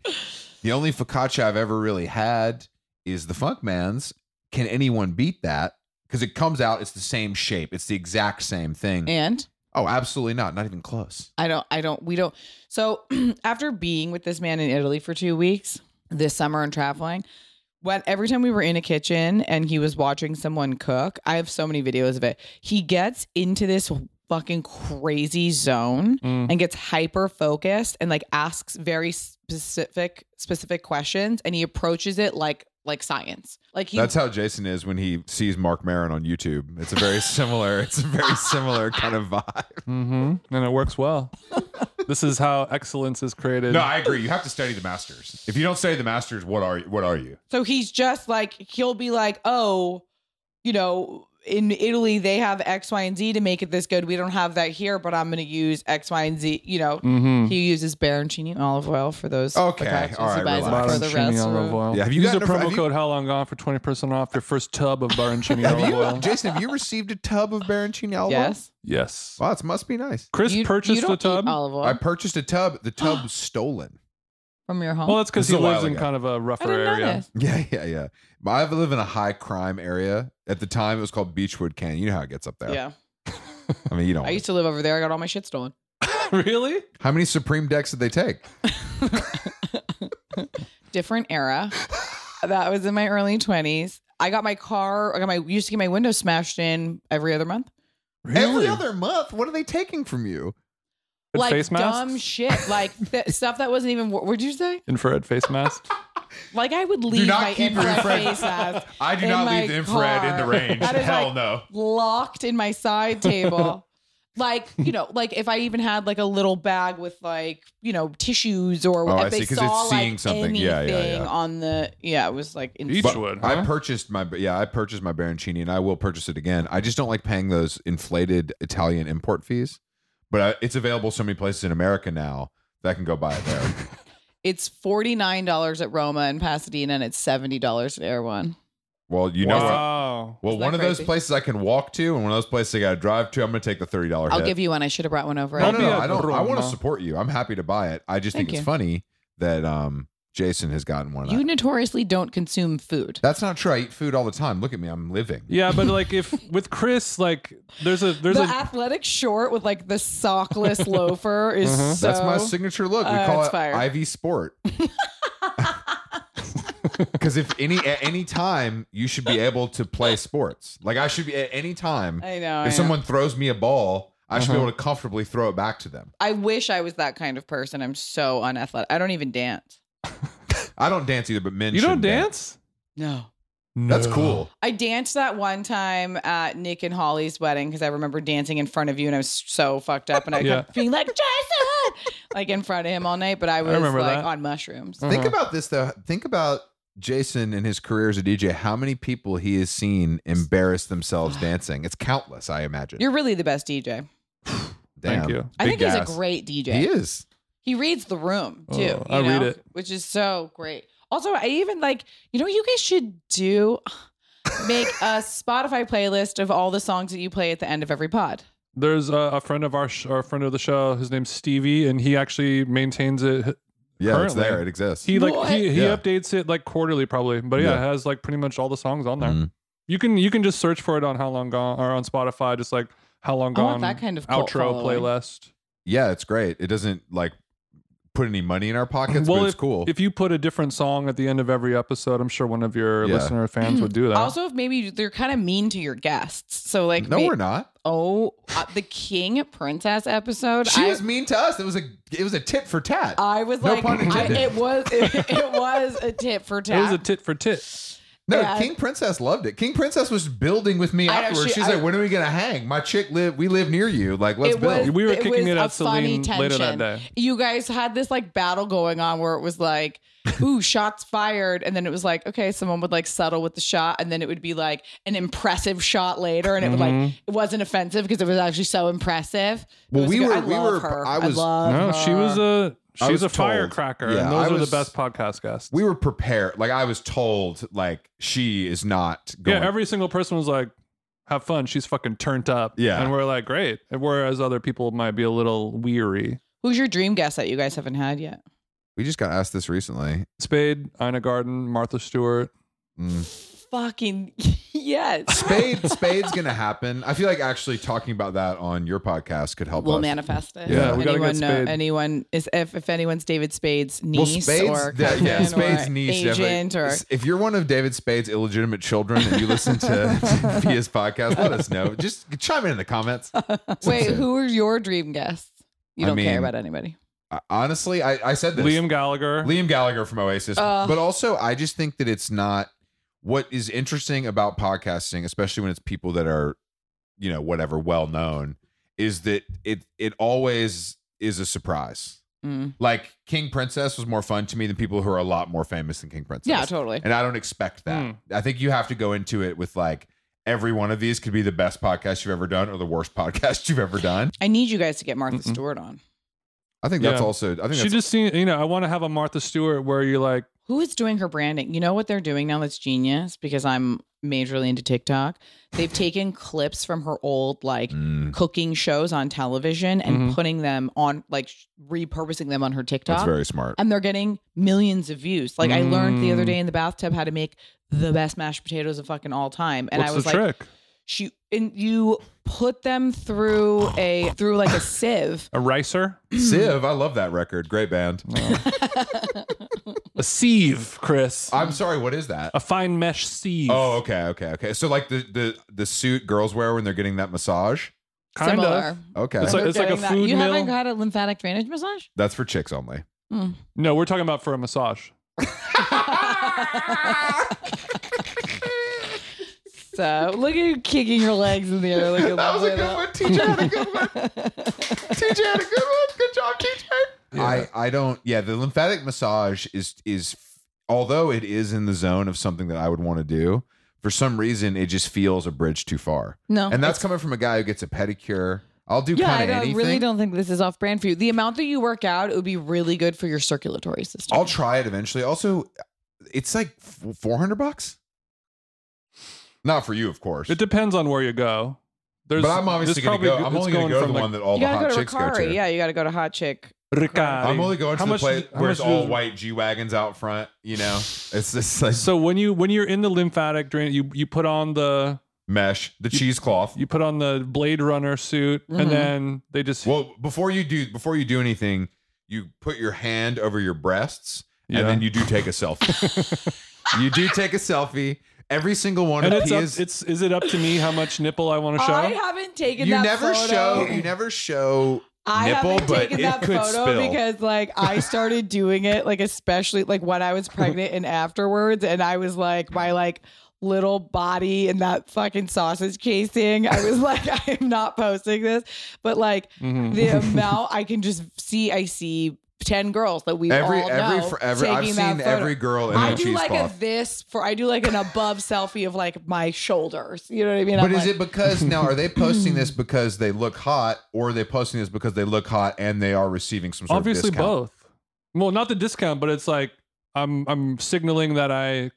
Speaker 3: the only focaccia I've ever really had is the Funk Man's. Can anyone beat that? Because it comes out, it's the same shape, it's the exact same thing.
Speaker 2: And
Speaker 3: oh, absolutely not, not even close.
Speaker 2: I don't, I don't, we don't. So [clears throat] after being with this man in Italy for two weeks this summer and traveling, when every time we were in a kitchen and he was watching someone cook, I have so many videos of it. He gets into this fucking crazy zone
Speaker 5: Mm.
Speaker 2: and gets hyper focused and like asks very specific specific questions and he approaches it like like science. Like he
Speaker 3: That's how Jason is when he sees Mark Maron on YouTube. It's a very [laughs] similar, it's a very similar kind of vibe.
Speaker 5: hmm And it works
Speaker 3: [laughs]
Speaker 5: well. this is how excellence is created.
Speaker 3: No, I agree. You have to study the masters. If you don't study the masters, what are you? What are you?
Speaker 2: So he's just like he'll be like, "Oh, you know, in Italy they have X, Y, and Z to make it this good. We don't have that here, but I'm going to use X, Y, and Z." You know,
Speaker 5: Mhm.
Speaker 2: he uses Baroncini olive oil for those.
Speaker 3: Mm-hmm. Okay,
Speaker 2: focaccias.
Speaker 3: all
Speaker 2: He
Speaker 3: right,
Speaker 2: buys it
Speaker 3: relax.
Speaker 2: for the
Speaker 5: Baroncini
Speaker 2: rest.
Speaker 5: olive oil.
Speaker 3: Yeah, have you
Speaker 5: Use the
Speaker 3: gotten a- have
Speaker 5: promo
Speaker 3: you-
Speaker 5: code How Long Gone for twenty percent off your first tub of
Speaker 3: [laughs]
Speaker 5: Baroncini
Speaker 3: Have
Speaker 5: olive
Speaker 3: you,
Speaker 5: oil?
Speaker 3: Jason, have you received a tub of Baroncini olive oil?
Speaker 2: Yes,
Speaker 5: Yes.
Speaker 3: Wow, it must be nice.
Speaker 5: Chris
Speaker 2: You- you
Speaker 5: purchased
Speaker 2: don't
Speaker 5: a
Speaker 2: eat
Speaker 5: tub.
Speaker 2: olive oil. [gasps]
Speaker 3: I purchased a tub. The tub was stolen. [laughs]
Speaker 2: from your home?
Speaker 5: Well, that's because
Speaker 3: This
Speaker 5: he
Speaker 3: is a while
Speaker 5: lives in
Speaker 3: ago.
Speaker 5: kind of a rougher
Speaker 2: didn't know
Speaker 5: area.
Speaker 2: this.
Speaker 3: Yeah, yeah, yeah. But I live in a high crime area. At the time, it was called Beechwood Canyon. You know how it gets up there.
Speaker 2: yeah.
Speaker 3: I mean, you don't.
Speaker 2: I used to live over there. I got all my shit stolen.
Speaker 3: [laughs]
Speaker 5: really?
Speaker 3: how many Supreme decks did they take?
Speaker 2: Different era. [laughs] that was in my early twenties. I got my car. I got my used to get my window smashed in every other month.
Speaker 3: Every other month. What are they taking from you?
Speaker 5: Had
Speaker 2: like
Speaker 5: face masks?
Speaker 2: dumb shit, like [laughs] th- stuff that wasn't even. What would you say?
Speaker 3: [laughs]
Speaker 5: Infrared face mask.
Speaker 2: Like I would leave
Speaker 3: not
Speaker 2: my
Speaker 3: keep your
Speaker 2: infrared
Speaker 3: infrared-
Speaker 2: face mask.
Speaker 3: I do
Speaker 2: in
Speaker 3: not
Speaker 2: my
Speaker 3: leave the infrared in the
Speaker 2: car.
Speaker 3: range.
Speaker 2: That is,
Speaker 3: Hell
Speaker 2: like,
Speaker 3: no.
Speaker 2: Locked in my side
Speaker 3: [laughs]
Speaker 2: table. like, you know, like if I even had like a little bag with like, you know, tissues or
Speaker 3: Oh,
Speaker 2: if
Speaker 3: I
Speaker 2: they
Speaker 3: see, 'cause
Speaker 2: saw
Speaker 3: it's
Speaker 2: like
Speaker 3: seeing something. Yeah, yeah,
Speaker 2: anything
Speaker 3: yeah.
Speaker 2: on the yeah, it was like
Speaker 5: Each
Speaker 2: insane.
Speaker 3: But
Speaker 5: Beechwood,
Speaker 3: I
Speaker 5: huh?
Speaker 3: purchased my yeah, I purchased my Baroncini, and I will purchase it again. I just don't like paying those inflated Italian import fees, but I, it's available so many places in America now that I can go buy it there.
Speaker 2: It's forty nine dollars at Roma and Pasadena and it's seventy dollars at Air One.
Speaker 3: well, you know, what?
Speaker 5: wow.
Speaker 3: well,
Speaker 2: Isn't that
Speaker 3: one of those
Speaker 2: crazy?
Speaker 3: places I can walk to, and one of those places I got to drive to. I'm going to take the thirty dollar.
Speaker 2: I'll give you one. I should have brought one over.
Speaker 3: No,
Speaker 5: Don't
Speaker 3: no,
Speaker 5: be
Speaker 3: no,
Speaker 5: a
Speaker 3: I don't. I want to
Speaker 5: drama.
Speaker 3: support you. I'm happy to buy it. I just think
Speaker 2: Thank
Speaker 3: it's
Speaker 2: you.
Speaker 3: funny that um Jason has gotten one. Of
Speaker 2: You
Speaker 3: that.
Speaker 2: notoriously don't consume food.
Speaker 3: That's not true. I eat food all the time. Look at me. I'm living.
Speaker 5: Yeah, but
Speaker 3: [laughs]
Speaker 5: like if with Chris, like there's a there's
Speaker 2: the
Speaker 5: a
Speaker 2: athletic short with like the
Speaker 5: [laughs]
Speaker 2: sockless loafer is
Speaker 5: Uh-huh.
Speaker 2: so.
Speaker 3: That's my signature look. We
Speaker 2: Uh,
Speaker 3: call
Speaker 2: it's
Speaker 3: it
Speaker 2: fire.
Speaker 3: Ivy
Speaker 2: [laughs]
Speaker 3: Sport. [laughs] Because if any at any time you
Speaker 2: [laughs]
Speaker 3: should be able to play sports. Like I should be at any time.
Speaker 2: I know. I, know.
Speaker 3: if someone throws me a ball, I should be
Speaker 5: Uh-huh.
Speaker 3: able to comfortably throw it back to them.
Speaker 2: I wish I was that kind of person. I'm so unathletic. I don't even dance.
Speaker 3: I don't dance either, but men.
Speaker 5: you don't
Speaker 3: should
Speaker 5: dance?
Speaker 2: No.
Speaker 3: That's cool.
Speaker 2: I danced that one time at Nick and Holly's wedding because I remember dancing in front of you and I was so fucked up
Speaker 3: [laughs]
Speaker 2: and I
Speaker 5: Yeah.
Speaker 2: kept being like Jason, like in front of him all night. But I was
Speaker 5: remember
Speaker 2: like
Speaker 5: that.
Speaker 2: on mushrooms.
Speaker 5: Uh-huh.
Speaker 3: Think about this though. Think about Jason and his career as a DJ. How many people he has seen
Speaker 2: [sighs]
Speaker 3: embarrass themselves dancing? It's countless, I imagine.
Speaker 2: You're really the best DJ.
Speaker 3: Damn.
Speaker 5: Thank you.
Speaker 2: I
Speaker 3: Big
Speaker 2: think
Speaker 3: gas.
Speaker 2: he's a great DJ.
Speaker 3: He is.
Speaker 2: He reads the room
Speaker 5: Oh,
Speaker 2: too. you
Speaker 5: I read
Speaker 2: know,
Speaker 5: it.
Speaker 2: which is so great. Also, I even like you know what you guys should do [sighs] make a Spotify playlist of all the songs that you play at the end of every pod.
Speaker 5: There's a, a friend of our sh- or a friend of the show. His name's Stevie, and he actually maintains it.
Speaker 3: Yeah, it's
Speaker 5: Currently.
Speaker 3: there. It exists.
Speaker 5: He like he, he
Speaker 3: Yeah.
Speaker 5: updates it like quarterly probably, but yeah,
Speaker 3: Yeah.
Speaker 5: it has like pretty much all the songs on there.
Speaker 3: Mhm.
Speaker 5: You can you can just search for it on how long gone or on Spotify, just like how long
Speaker 2: I want
Speaker 5: gone
Speaker 2: that kind of cult
Speaker 5: outro
Speaker 2: following.
Speaker 5: playlist.
Speaker 3: Yeah, it's great. It doesn't like put any money in our pockets,
Speaker 5: well,
Speaker 3: but
Speaker 5: if,
Speaker 3: it's cool.
Speaker 5: if you put a different song at the end of every episode, I'm sure one of your
Speaker 3: Yeah.
Speaker 5: listener fans would do that.
Speaker 2: Also, if maybe they're kind of mean to your guests, so like
Speaker 3: no,
Speaker 2: may-
Speaker 3: we're not.
Speaker 2: Oh, uh, the King Princess episode.
Speaker 3: She
Speaker 2: I,
Speaker 3: was mean to us. It was a it was a tit for tat.
Speaker 2: I was
Speaker 3: No
Speaker 2: like,
Speaker 3: pun
Speaker 2: I,
Speaker 3: intended.
Speaker 2: it was [laughs] it, it was a tit for tat.
Speaker 5: it was a tit for tit.
Speaker 3: no,
Speaker 2: yeah.
Speaker 3: King Princess loved it. King Princess was building with me
Speaker 2: I know,
Speaker 3: afterwards.
Speaker 2: she-
Speaker 3: She's
Speaker 2: I-
Speaker 3: like, "When are we gonna hang? My chick live. We live near you. Like, let's
Speaker 2: it
Speaker 3: build."
Speaker 2: was,
Speaker 5: We were
Speaker 2: it
Speaker 5: kicking
Speaker 2: was
Speaker 5: it
Speaker 2: a
Speaker 5: at
Speaker 2: funny
Speaker 5: Celine later
Speaker 2: tension.
Speaker 5: that day.
Speaker 2: You guys had this like battle going on where it was
Speaker 5: [laughs]
Speaker 2: like, ooh, shots fired. And then it was like, okay, someone would like settle with the shot. And then it would be like an impressive shot later. And it would
Speaker 5: Mm-hmm.
Speaker 2: like, it wasn't offensive because it was actually so impressive. It
Speaker 3: Well,
Speaker 2: was
Speaker 3: we
Speaker 2: a good-
Speaker 3: were-
Speaker 2: I
Speaker 3: we
Speaker 2: love
Speaker 3: were-
Speaker 2: her.
Speaker 3: I
Speaker 2: I
Speaker 3: was-
Speaker 2: love
Speaker 5: No, she was
Speaker 2: her.
Speaker 5: a
Speaker 3: I
Speaker 5: she was
Speaker 3: was
Speaker 5: a
Speaker 3: told.
Speaker 5: firecracker,
Speaker 3: Yeah,
Speaker 5: and those
Speaker 3: I
Speaker 5: are
Speaker 3: was-
Speaker 5: the best podcast guests.
Speaker 3: we were prepared. Like, I was told, like she is not going.
Speaker 5: Yeah, every single person was like, "Have fun." She's fucking turned up.
Speaker 3: Yeah.
Speaker 5: and we're like, "Great." Whereas other people might be a little weary.
Speaker 2: Who's your dream guest that you guys haven't had yet?
Speaker 3: we just got asked this recently.
Speaker 5: Spade, Ina Garden, Martha Stewart.
Speaker 3: Mm.
Speaker 2: Fucking [laughs] yes.
Speaker 3: Spade, spade's gonna happen. I feel like actually talking about that on your podcast could
Speaker 2: [laughs]
Speaker 3: help.
Speaker 2: We'll
Speaker 3: us.
Speaker 2: manifest it.
Speaker 5: Yeah, we gotta
Speaker 2: anyone
Speaker 5: get
Speaker 2: know-
Speaker 5: Spade.
Speaker 2: anyone is if, if anyone's David Spade's
Speaker 3: Well,
Speaker 2: niece
Speaker 3: Spade's-
Speaker 2: or
Speaker 3: yeah,
Speaker 2: cousin
Speaker 3: yeah, Spade's
Speaker 2: or
Speaker 3: niece, definitely.
Speaker 2: agent or
Speaker 3: S- if you're one of David Spade's illegitimate children and you
Speaker 2: [laughs]
Speaker 3: listen to his podcast, let us know. Just chime in in the comments.
Speaker 2: [laughs] Wait, who are your dream guests? You
Speaker 3: I
Speaker 2: don't care
Speaker 3: mean-
Speaker 2: about anybody.
Speaker 3: I- Honestly, I, I said this.
Speaker 5: Liam Gallagher.
Speaker 3: Liam Gallagher from Oasis,
Speaker 2: Uh.
Speaker 3: but also I just think that it's not what is interesting about podcasting, especially when it's people that are, you know, whatever, well known, is that it it always is a surprise.
Speaker 2: Mm.
Speaker 3: Like King Princess was more fun to me than people who are a lot more famous than King Princess.
Speaker 2: Yeah, totally.
Speaker 3: And I don't expect that.
Speaker 5: Mm.
Speaker 3: I think you have to go into it with like every one of these could be the best podcast you've ever done or the worst [laughs] podcast you've ever done.
Speaker 2: I need you guys to get Martha
Speaker 5: Mm-mm.
Speaker 2: Stewart on.
Speaker 3: I think that's
Speaker 5: Yeah.
Speaker 3: also I think
Speaker 5: She
Speaker 3: that's
Speaker 5: just seen, you know, I want to have a Martha Stewart where you're like,
Speaker 2: Who is doing her branding? You know what they're doing now that's genius because I'm majorly into TikTok.
Speaker 3: [laughs]
Speaker 2: They've taken clips from her old like
Speaker 3: Mm.
Speaker 2: cooking shows on television and
Speaker 3: Mhm.
Speaker 2: putting them on like sh- repurposing them on her TikTok.
Speaker 3: That's very smart. [clears throat]
Speaker 2: And they're getting millions of views. Like I learned the other
Speaker 3: Mm.
Speaker 2: day in the bathtub how to make the best mashed potatoes of fucking all time. And
Speaker 5: What's
Speaker 2: I was
Speaker 5: the
Speaker 2: like,
Speaker 5: trick?
Speaker 2: she and you put them through a through like a sieve.
Speaker 5: A ricer?
Speaker 3: Sieve, I love that record. Great
Speaker 5: [laughs]
Speaker 3: band.
Speaker 5: a sieve, Chris.
Speaker 3: I'm sorry, what is that?
Speaker 5: A fine mesh sieve.
Speaker 3: Oh, okay, okay, okay. So like the the the suit girls wear when they're getting that massage.
Speaker 5: Kind
Speaker 2: Similar.
Speaker 5: of.
Speaker 3: Okay,
Speaker 5: It's like, it's like a
Speaker 2: Doing that.
Speaker 5: food
Speaker 2: you
Speaker 5: meal.
Speaker 2: haven't got a lymphatic drainage massage?
Speaker 3: that's for chicks only.
Speaker 2: Mm.
Speaker 5: no, we're talking about for a massage.
Speaker 2: So look at you kicking your legs in the air. Like
Speaker 3: [laughs] That was a good one. TJ had a good
Speaker 2: [laughs] one.
Speaker 3: TJ had a good one. Good job, TJ. I I don't. Yeah, the lymphatic massage is is although it is in the zone of something that I would want to do. For some reason, it just feels a bridge too far.
Speaker 2: No,
Speaker 3: and that's coming from a guy who gets a pedicure. I'll do
Speaker 2: yeah, I
Speaker 3: kind of
Speaker 2: don't,
Speaker 3: anything.
Speaker 2: really don't think this is off brand for you. The amount that you work out, it would be really good for your circulatory system.
Speaker 3: I'll try it eventually. Also, it's like four hundred bucks. Not for you, of course.
Speaker 5: It depends on where you go. There's,
Speaker 3: but I'm obviously
Speaker 5: this
Speaker 3: going to
Speaker 5: probably
Speaker 3: go.
Speaker 5: go-
Speaker 3: I'm
Speaker 5: it's
Speaker 3: only going to go to
Speaker 5: from,
Speaker 3: the
Speaker 5: like,
Speaker 3: one that all
Speaker 2: you
Speaker 3: the
Speaker 2: gotta
Speaker 3: hot
Speaker 2: go to
Speaker 3: chicks go
Speaker 2: Ricari.
Speaker 3: to.
Speaker 2: Yeah, you gotta go to hot chick.
Speaker 5: Ricari.
Speaker 3: I'm only going to
Speaker 5: How
Speaker 3: the
Speaker 5: much
Speaker 3: place
Speaker 5: does- how
Speaker 3: where
Speaker 5: much
Speaker 3: it's all
Speaker 5: does-
Speaker 3: white G wagons out front. You
Speaker 5: [laughs]
Speaker 3: know, it's just like
Speaker 5: So when you when you're in the lymphatic drain, you you put on the
Speaker 3: mesh, the cheesecloth.
Speaker 5: you put on the Blade Runner suit,
Speaker 2: Mhm.
Speaker 5: and then they just
Speaker 3: Well, before you do before you do anything, you put your hand over your breasts,
Speaker 5: Yeah.
Speaker 3: and then you do take a
Speaker 5: [laughs]
Speaker 3: selfie. you do take a selfie. Every single one
Speaker 5: and
Speaker 3: of
Speaker 5: it's up,
Speaker 3: Pia's.
Speaker 5: it's is it up to me how much nipple I want to show?
Speaker 2: I haven't taken
Speaker 3: you
Speaker 2: that
Speaker 3: never
Speaker 2: photo.
Speaker 3: [laughs] show. You never show.
Speaker 2: I
Speaker 3: nipple,
Speaker 2: haven't
Speaker 3: but
Speaker 2: taken
Speaker 3: it
Speaker 2: that
Speaker 3: could
Speaker 2: photo
Speaker 3: spill.
Speaker 2: because like
Speaker 3: [laughs]
Speaker 2: I started doing it like especially like when I was pregnant and afterwards and I was like my like little body in that fucking sausage casing. I
Speaker 3: [laughs]
Speaker 2: was like [laughs] I am not posting this, but like
Speaker 5: Mhm.
Speaker 3: Mm.
Speaker 5: [laughs]
Speaker 2: the
Speaker 3: [laughs]
Speaker 2: amount I can just see I see 10 girls that we
Speaker 3: every
Speaker 2: all
Speaker 3: every
Speaker 2: know
Speaker 3: fr- every I've
Speaker 2: taking that
Speaker 3: seen
Speaker 2: photo.
Speaker 3: every girl in
Speaker 2: I
Speaker 3: a
Speaker 2: do like a
Speaker 3: cheesecloth.
Speaker 2: this for I do like an above selfie of like my shoulders. You know what I mean?
Speaker 3: But
Speaker 2: I'm
Speaker 3: is
Speaker 2: like,
Speaker 3: it because now are
Speaker 5: [clears throat]
Speaker 3: they posting this because they look hot, or are they posting this because they look hot and they are receiving some sort
Speaker 5: Obviously
Speaker 3: of discount?
Speaker 5: both. Well, not the discount, but it's like I'm I'm signaling that I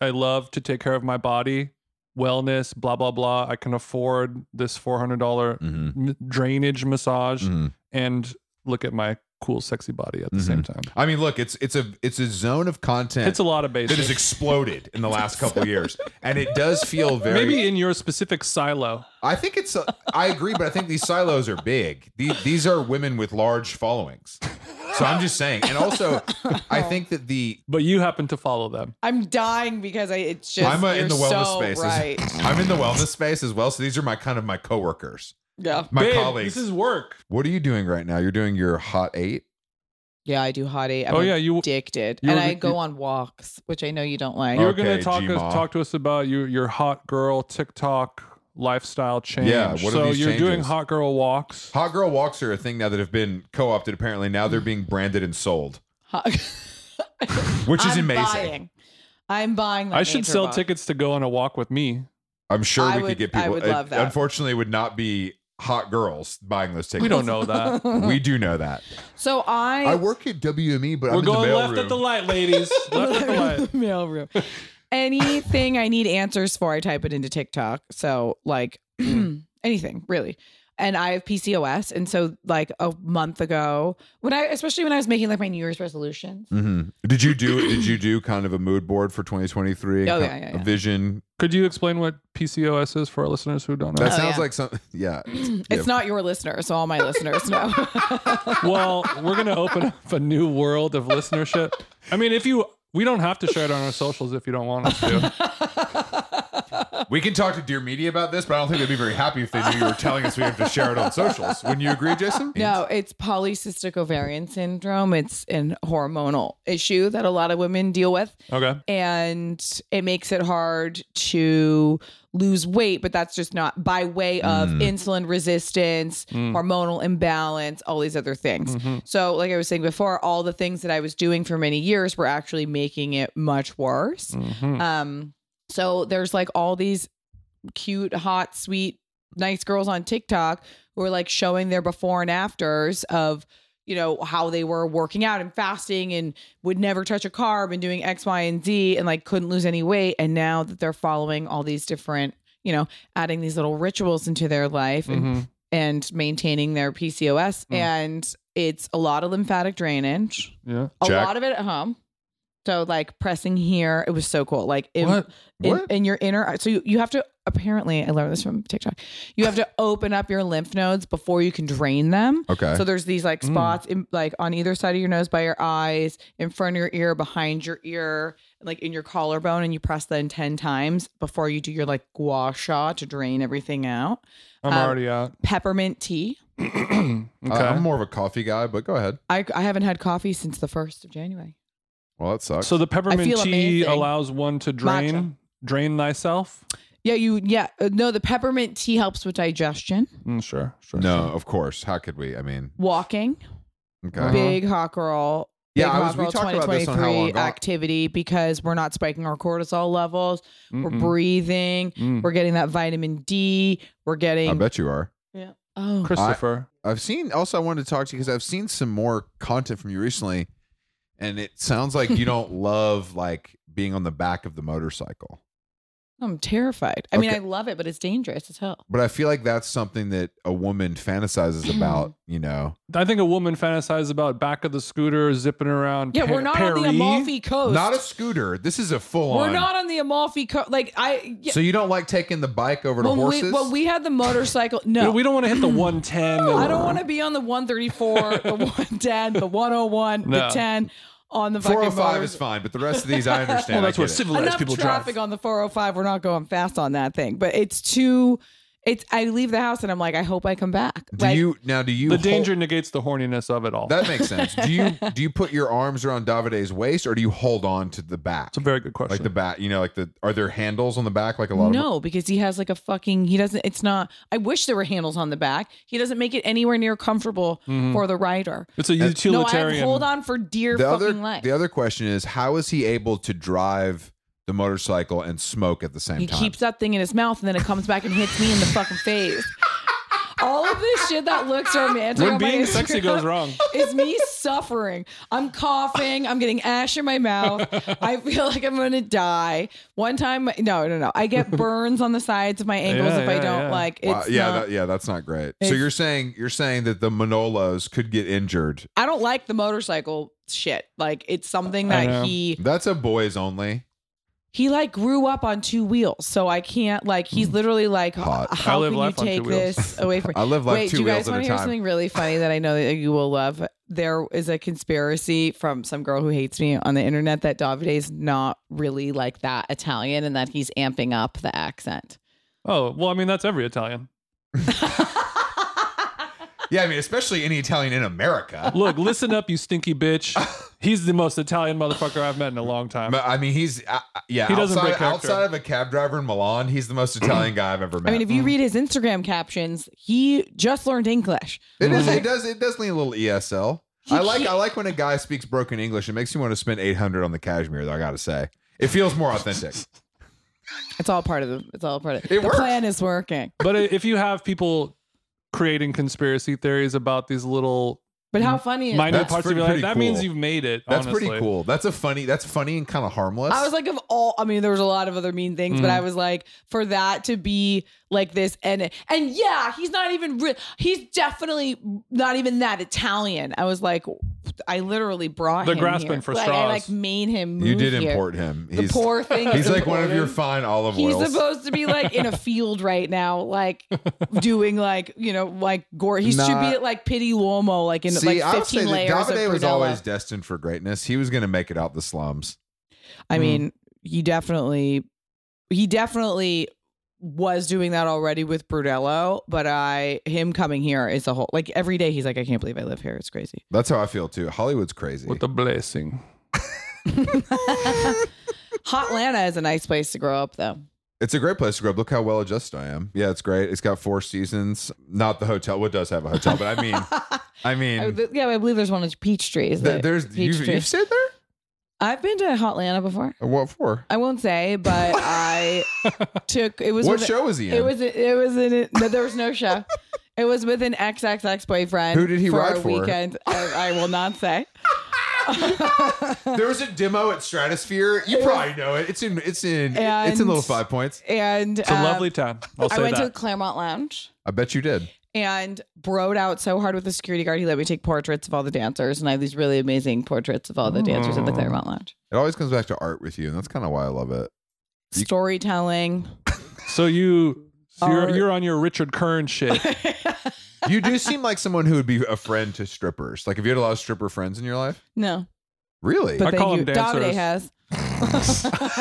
Speaker 5: I love to take care of my body, wellness, blah blah blah. I can afford this four hundred dollar
Speaker 3: Mhm.
Speaker 5: drainage massage
Speaker 3: Mhm.
Speaker 5: and look at my cool sexy body at the same time.
Speaker 3: I mean, look, it's it's a it's a zone of content.
Speaker 5: It's a lot of
Speaker 3: that
Speaker 5: basics.
Speaker 3: has exploded in the last couple years, and it does feel very.
Speaker 5: Maybe in your specific silo.
Speaker 3: I think it's. a- I agree, but I think these silos are big. These, these are women with large followings. So I'm just saying, and also,
Speaker 5: [laughs]
Speaker 3: I think that the
Speaker 5: But you happen to follow them.
Speaker 2: I'm dying because I it's just
Speaker 3: I'm uh, in
Speaker 2: you're
Speaker 3: the wellness
Speaker 2: so
Speaker 3: space. as- [laughs]
Speaker 2: Right.
Speaker 3: I'm in the wellness space as well. So these are my kind of my coworkers,
Speaker 2: Yeah.
Speaker 3: my
Speaker 5: Babe,
Speaker 3: colleagues.
Speaker 5: This is work.
Speaker 3: what are you doing right now? You're doing your hot eight.
Speaker 2: Yeah, I do hot eight. I'm
Speaker 5: oh yeah, you
Speaker 2: addicted.
Speaker 5: you
Speaker 2: and
Speaker 5: were-
Speaker 2: I go
Speaker 5: you-
Speaker 2: on walks, which I know you don't like.
Speaker 5: you were
Speaker 3: Okay,
Speaker 5: gonna talk
Speaker 3: G-Ma.
Speaker 5: us, talk to us about your your hot girl TikTok lifestyle change.
Speaker 3: Yeah, what are
Speaker 5: so
Speaker 3: these
Speaker 5: you're doing
Speaker 3: changes?
Speaker 5: hot girl walks.
Speaker 3: Hot girl walks are a thing now that have been co-opted. Apparently now they're being branded and sold,
Speaker 2: Hot- [laughs]
Speaker 3: which is
Speaker 2: I'm
Speaker 3: amazing.
Speaker 2: Buying. I'm buying. That
Speaker 5: I should
Speaker 2: nature
Speaker 5: sell
Speaker 2: walk.
Speaker 5: tickets to go on a walk with me.
Speaker 3: I'm sure
Speaker 2: I
Speaker 3: we could
Speaker 2: would-
Speaker 3: get
Speaker 2: I
Speaker 3: people.
Speaker 2: would
Speaker 3: it-
Speaker 2: love that.
Speaker 3: Unfortunately, it would not be hot girls buying those tickets.
Speaker 5: We don't know [laughs] that.
Speaker 3: we do know that.
Speaker 2: So I. [laughs]
Speaker 3: I work at WME, but
Speaker 5: We're
Speaker 3: I'm in
Speaker 5: going
Speaker 3: the
Speaker 5: left at the light, ladies.
Speaker 3: [laughs]
Speaker 5: left at the light.
Speaker 2: mailroom. Anything I need answers for, I type it into TikTok. So like [clears throat] anything really. And I have PCOS, and so like a month ago, when I especially when I was making like my New Year's resolutions,
Speaker 3: hmm Did you do? Did you do kind of a mood board for 2023?
Speaker 2: Oh,
Speaker 3: Kind-
Speaker 2: yeah, yeah, yeah.
Speaker 3: A vision.
Speaker 5: Could you explain what PCOS is for our listeners who don't know?
Speaker 3: That
Speaker 2: Oh,
Speaker 3: sounds
Speaker 2: yeah.
Speaker 3: like something. Yeah.
Speaker 2: [laughs] it's not your listeners, so all my listeners
Speaker 3: [laughs]
Speaker 2: know.
Speaker 5: [laughs] well, we're gonna open up a new world of listenership. I mean, if you we don't have to share it on our socials if you don't want us to.
Speaker 3: [laughs] We can talk to Dear Media about this, but I don't think they'd be very happy if they knew you were telling us we have to share it on socials. Wouldn't you agree, Jason?
Speaker 2: No, it's polycystic ovarian syndrome. It's an hormonal issue that a lot of women deal with.
Speaker 5: Okay.
Speaker 2: And it makes it hard to lose weight, but that's just not by way of insulin resistance, hormonal imbalance, all these other things. So, like I was saying before, all the things that I was doing for many years were actually making it much worse. [laughs] Um, so there's like all these cute, hot, sweet, nice girls on TikTok who are like showing their before and afters of you know, how they were working out and fasting and would never touch a carb and doing X, Y, and Z and like couldn't lose any weight. And now that they're following all these different, you know, adding these little rituals into their life and,
Speaker 5: Mhm.
Speaker 2: and maintaining their PCOS.
Speaker 5: Mm.
Speaker 2: And it's a lot of lymphatic drainage,
Speaker 5: Yeah.
Speaker 2: a lot of it at home. So like pressing here, it was so cool. Like in,
Speaker 5: What?
Speaker 2: in,
Speaker 5: What?
Speaker 2: in your inner, so you, you have to apparently. I learned this from TikTok. You
Speaker 5: [laughs]
Speaker 2: have to open up your lymph nodes before you can drain them.
Speaker 3: Okay.
Speaker 2: So there's these like
Speaker 3: Mm.
Speaker 2: spots, in, like on either side of your nose, by your eyes, in front of your ear, behind your ear, and, like in your collarbone, and you press them ten times before you do your like gua sha to drain everything out.
Speaker 5: I'm
Speaker 2: Um,
Speaker 5: already out.
Speaker 2: Peppermint tea.
Speaker 5: okay.
Speaker 3: Uh, I'm more of a coffee guy, but go ahead.
Speaker 2: I I haven't had coffee since the first of January.
Speaker 3: Well, that sucks.
Speaker 5: so the peppermint tea
Speaker 2: feel amazing.
Speaker 5: allows one to drain
Speaker 2: Matcha.
Speaker 5: drain thyself.
Speaker 2: Yeah, you yeah uh, no the peppermint tea helps with digestion.
Speaker 5: Mm, sure, sure.
Speaker 3: no, of course. How could we? I mean,
Speaker 2: Walking,
Speaker 3: okay.
Speaker 2: big hot girl.
Speaker 3: Uh-huh. Yeah,
Speaker 2: big
Speaker 3: I was-
Speaker 2: hot
Speaker 3: we
Speaker 2: girl
Speaker 3: talked about this on How
Speaker 2: 2023
Speaker 3: Long Gone.
Speaker 2: activity because we're not spiking our cortisol levels. We're
Speaker 5: Mm-mm.
Speaker 2: breathing.
Speaker 5: Mm.
Speaker 2: We're getting that vitamin D. We're getting.
Speaker 3: I bet you are.
Speaker 2: Yeah. Oh.
Speaker 5: Christopher.
Speaker 3: I've seen. Also, I wanted to talk to you because I've seen some more content from you recently, and it sounds like
Speaker 2: [laughs]
Speaker 3: you don't love like being on the back of the motorcycle.
Speaker 2: I'm terrified. I mean,
Speaker 3: Okay.
Speaker 2: I love it, but it's dangerous as hell.
Speaker 3: But I feel like that's something that a
Speaker 2: [clears throat]
Speaker 3: woman fantasizes about. You know,
Speaker 5: I think a woman fantasizes about back of the scooter zipping around.
Speaker 2: Yeah,
Speaker 5: Pa-
Speaker 2: we're not on the
Speaker 5: Paris.
Speaker 2: Amalfi Coast.
Speaker 3: Mm, not a scooter. This is a full
Speaker 2: we're
Speaker 3: on.
Speaker 2: not on the Amalfi Coast. Like I. Yeah,
Speaker 3: So you don't like taking the bike over to
Speaker 2: when
Speaker 3: horses?
Speaker 2: we when we had the motorcycle,
Speaker 5: You
Speaker 2: no,
Speaker 5: know, we don't want to hit the 110.
Speaker 2: I don't want to be on the
Speaker 3: [laughs]
Speaker 2: 134, the 110, the 101, the
Speaker 5: No.
Speaker 2: 10 on the fucking
Speaker 3: 405 is
Speaker 2: motors.
Speaker 3: fine, but the rest of
Speaker 2: [laughs]
Speaker 3: these I understand.
Speaker 5: Well, that's
Speaker 3: I
Speaker 5: where
Speaker 3: get it.
Speaker 5: civilized
Speaker 2: Enough
Speaker 5: people
Speaker 2: traffic
Speaker 5: drive.
Speaker 2: on the 405. We're not going fast on that thing, but it's too. It's. I leave the house and I'm like, I hope I come back.
Speaker 3: Do
Speaker 2: like,
Speaker 3: you now? Do you
Speaker 5: the
Speaker 3: hold-
Speaker 5: danger negates the horniness of it
Speaker 3: [laughs]
Speaker 5: all.
Speaker 3: that makes sense? Do you do you put your arms around Davide's waist, or do you hold on to the back?
Speaker 5: It's a very good question.
Speaker 3: like the back. You know, like the are there handles on the back? Like a lot of
Speaker 2: no, because he has like a fucking. He doesn't. It's not. I wish there were handles on the back. He doesn't make it anywhere near comfortable for the rider.
Speaker 5: it's a
Speaker 2: No, I
Speaker 5: utilitarian.
Speaker 2: have hold on for dear
Speaker 3: Mm-hmm. the
Speaker 2: fucking
Speaker 3: other
Speaker 2: life.
Speaker 3: the other question is how is he able to drive the motorcycle and smoke at the same
Speaker 2: He
Speaker 3: time?
Speaker 2: keeps that thing in his mouth and then it comes back and hits me in the fucking face. All of this shit that looks romantic
Speaker 5: when
Speaker 2: on my
Speaker 5: being
Speaker 2: Instagram
Speaker 5: sexy goes wrong.
Speaker 2: is me suffering. I'm coughing. I'm getting ash in my mouth. I feel like I'm gonna die. One time, no, no, no. I get burns on the sides of my ankles
Speaker 5: Yeah,
Speaker 2: if I
Speaker 5: yeah,
Speaker 2: don't
Speaker 5: yeah.
Speaker 2: like. It's
Speaker 3: Wow, yeah,
Speaker 2: not-
Speaker 3: that, yeah, that's not great. So
Speaker 2: It's-
Speaker 3: you're saying you're saying that the Manolos could get injured.
Speaker 2: I don't like the motorcycle shit. Like it's something
Speaker 5: I
Speaker 2: that
Speaker 5: know.
Speaker 2: he
Speaker 3: That's a boys only.
Speaker 2: he like grew up on two wheels, so I can't like. He's literally like,
Speaker 3: Hot.
Speaker 5: Hmm. I
Speaker 2: how
Speaker 5: live
Speaker 2: can you
Speaker 5: life on two
Speaker 2: take
Speaker 5: wheels.
Speaker 2: this away from?
Speaker 3: I live like
Speaker 2: Wait,
Speaker 3: two
Speaker 2: do you
Speaker 3: wheels
Speaker 2: guys
Speaker 3: at
Speaker 2: want
Speaker 3: a
Speaker 2: to hear
Speaker 3: time.
Speaker 2: something really funny that I know that you will love? There is a conspiracy from some girl who hates me on the internet that Davide is not really like that Italian and that he's amping up the accent.
Speaker 5: Oh well, I mean that's every Italian.
Speaker 3: Yeah, I mean, especially any Italian in America.
Speaker 5: Look, listen up, you stinky
Speaker 3: [laughs]
Speaker 5: bitch. He's the most Italian motherfucker I've met in a long time.
Speaker 3: But, I mean, he's uh, uh, yeah.
Speaker 5: He doesn't
Speaker 3: outside,
Speaker 5: break character.
Speaker 3: outside of a cab driver in Milan, he's the most Italian guy I've ever met.
Speaker 2: I mean, if you read his Instagram captions, he just learned English.
Speaker 3: it
Speaker 5: Mm-hmm.
Speaker 3: is, it does, it does lean a little ESL. I like, I like when a guy speaks broken English. It makes you want to spend eight hundred on the cashmere. Though I gotta say, it feels more
Speaker 5: [laughs]
Speaker 3: authentic.
Speaker 2: It's all part of the. It's all part of
Speaker 3: It
Speaker 2: the
Speaker 3: works.
Speaker 2: plan is working.
Speaker 5: But i- if you have people creating conspiracy theories about these little
Speaker 2: But
Speaker 3: Mm.
Speaker 2: how funny is that?
Speaker 5: minor
Speaker 3: That's
Speaker 5: parts of
Speaker 3: pretty-
Speaker 5: your life,
Speaker 3: pretty
Speaker 5: that means
Speaker 3: cool.
Speaker 5: you've made it.
Speaker 3: That's pretty
Speaker 5: honestly.
Speaker 3: cool. That's a funny. That's funny and kind of harmless.
Speaker 2: I was like, of all, I mean, there was a lot of other mean things, but I
Speaker 5: Mm.
Speaker 2: was like, for that to be like this, and and yeah, he's not even real. He's definitely not even that Italian. I was like, I literally brought
Speaker 5: They're
Speaker 2: him
Speaker 5: grasping
Speaker 2: here.
Speaker 5: for
Speaker 2: like, I
Speaker 5: straws.
Speaker 2: like made him. Move
Speaker 3: you did
Speaker 2: here.
Speaker 3: import him.
Speaker 2: the poor thing.
Speaker 3: [laughs] He's
Speaker 2: is
Speaker 3: like one of your
Speaker 2: important.
Speaker 3: fine olive
Speaker 2: He's
Speaker 3: oils.
Speaker 2: supposed to be like
Speaker 3: [laughs]
Speaker 2: in a field right now, like doing like you know like gore. He should
Speaker 3: Nah.
Speaker 2: be at like Pity Uomo, like in
Speaker 3: See,
Speaker 2: like
Speaker 3: I would
Speaker 2: fifteen
Speaker 3: say that
Speaker 2: layers of
Speaker 3: Davide was
Speaker 2: Prunella.
Speaker 3: always destined for greatness. He was going to make it out the slums. Mm.
Speaker 2: I mean, he definitely, he definitely was doing that already with Brudello, but I, him coming here is a whole, like every day he's like, I can't believe I live here. It's crazy.
Speaker 3: That's how I feel too. Hollywood's crazy.
Speaker 5: With a blessing.
Speaker 2: Hot Hotlanta is a nice place to grow up though.
Speaker 3: It's a great place to grow up. Look how well adjusted I am. Yeah, it's great. It's got four seasons. Not the hotel. What does have a hotel? But I
Speaker 2: [laughs]
Speaker 3: mean, I
Speaker 2: I,
Speaker 3: mean,
Speaker 2: th- yeah, I believe there's one at Peach Trees.
Speaker 3: Mm. th- there's
Speaker 2: Peach
Speaker 3: you've, you've stayed
Speaker 2: [laughs]
Speaker 3: there. Uh,
Speaker 2: I've been to Hotlanta before.
Speaker 3: What for?
Speaker 2: I won't say,
Speaker 3: [laughs]
Speaker 2: but I took, it was,
Speaker 3: What
Speaker 2: with-
Speaker 3: show was he in?
Speaker 2: It was, it was in, it, no, there was no show. It was with an ex ex ex boyfriend.
Speaker 3: Who did he
Speaker 2: for
Speaker 3: ride
Speaker 2: a
Speaker 3: for?
Speaker 2: Weekend. I, I will not say.
Speaker 3: there was a demo at Stratosphere. You probably know it. It's in it's in it's in
Speaker 2: And-
Speaker 3: little five points.
Speaker 2: And
Speaker 3: It's a
Speaker 2: um,
Speaker 3: lovely time. I'll
Speaker 2: I
Speaker 3: say
Speaker 2: went to
Speaker 3: that.
Speaker 2: Claremont Lounge.
Speaker 3: I bet you did.
Speaker 2: and broed out so hard with the security guard he let me take portraits of all the dancers and i have these really amazing portraits of all the dancers at the
Speaker 3: Oh.
Speaker 2: claremont lounge
Speaker 3: It always comes back to art with you, and that's kind of why I love it.
Speaker 2: storytelling
Speaker 5: So you, so
Speaker 2: Art.
Speaker 5: you're, you're on your Richard Kern shit.
Speaker 2: [laughs]
Speaker 3: You do seem like someone who would be a friend to strippers. Like, have you had a lot of stripper friends in your life?
Speaker 2: no [laughs]
Speaker 3: Really?
Speaker 2: but thank you davide has [laughs]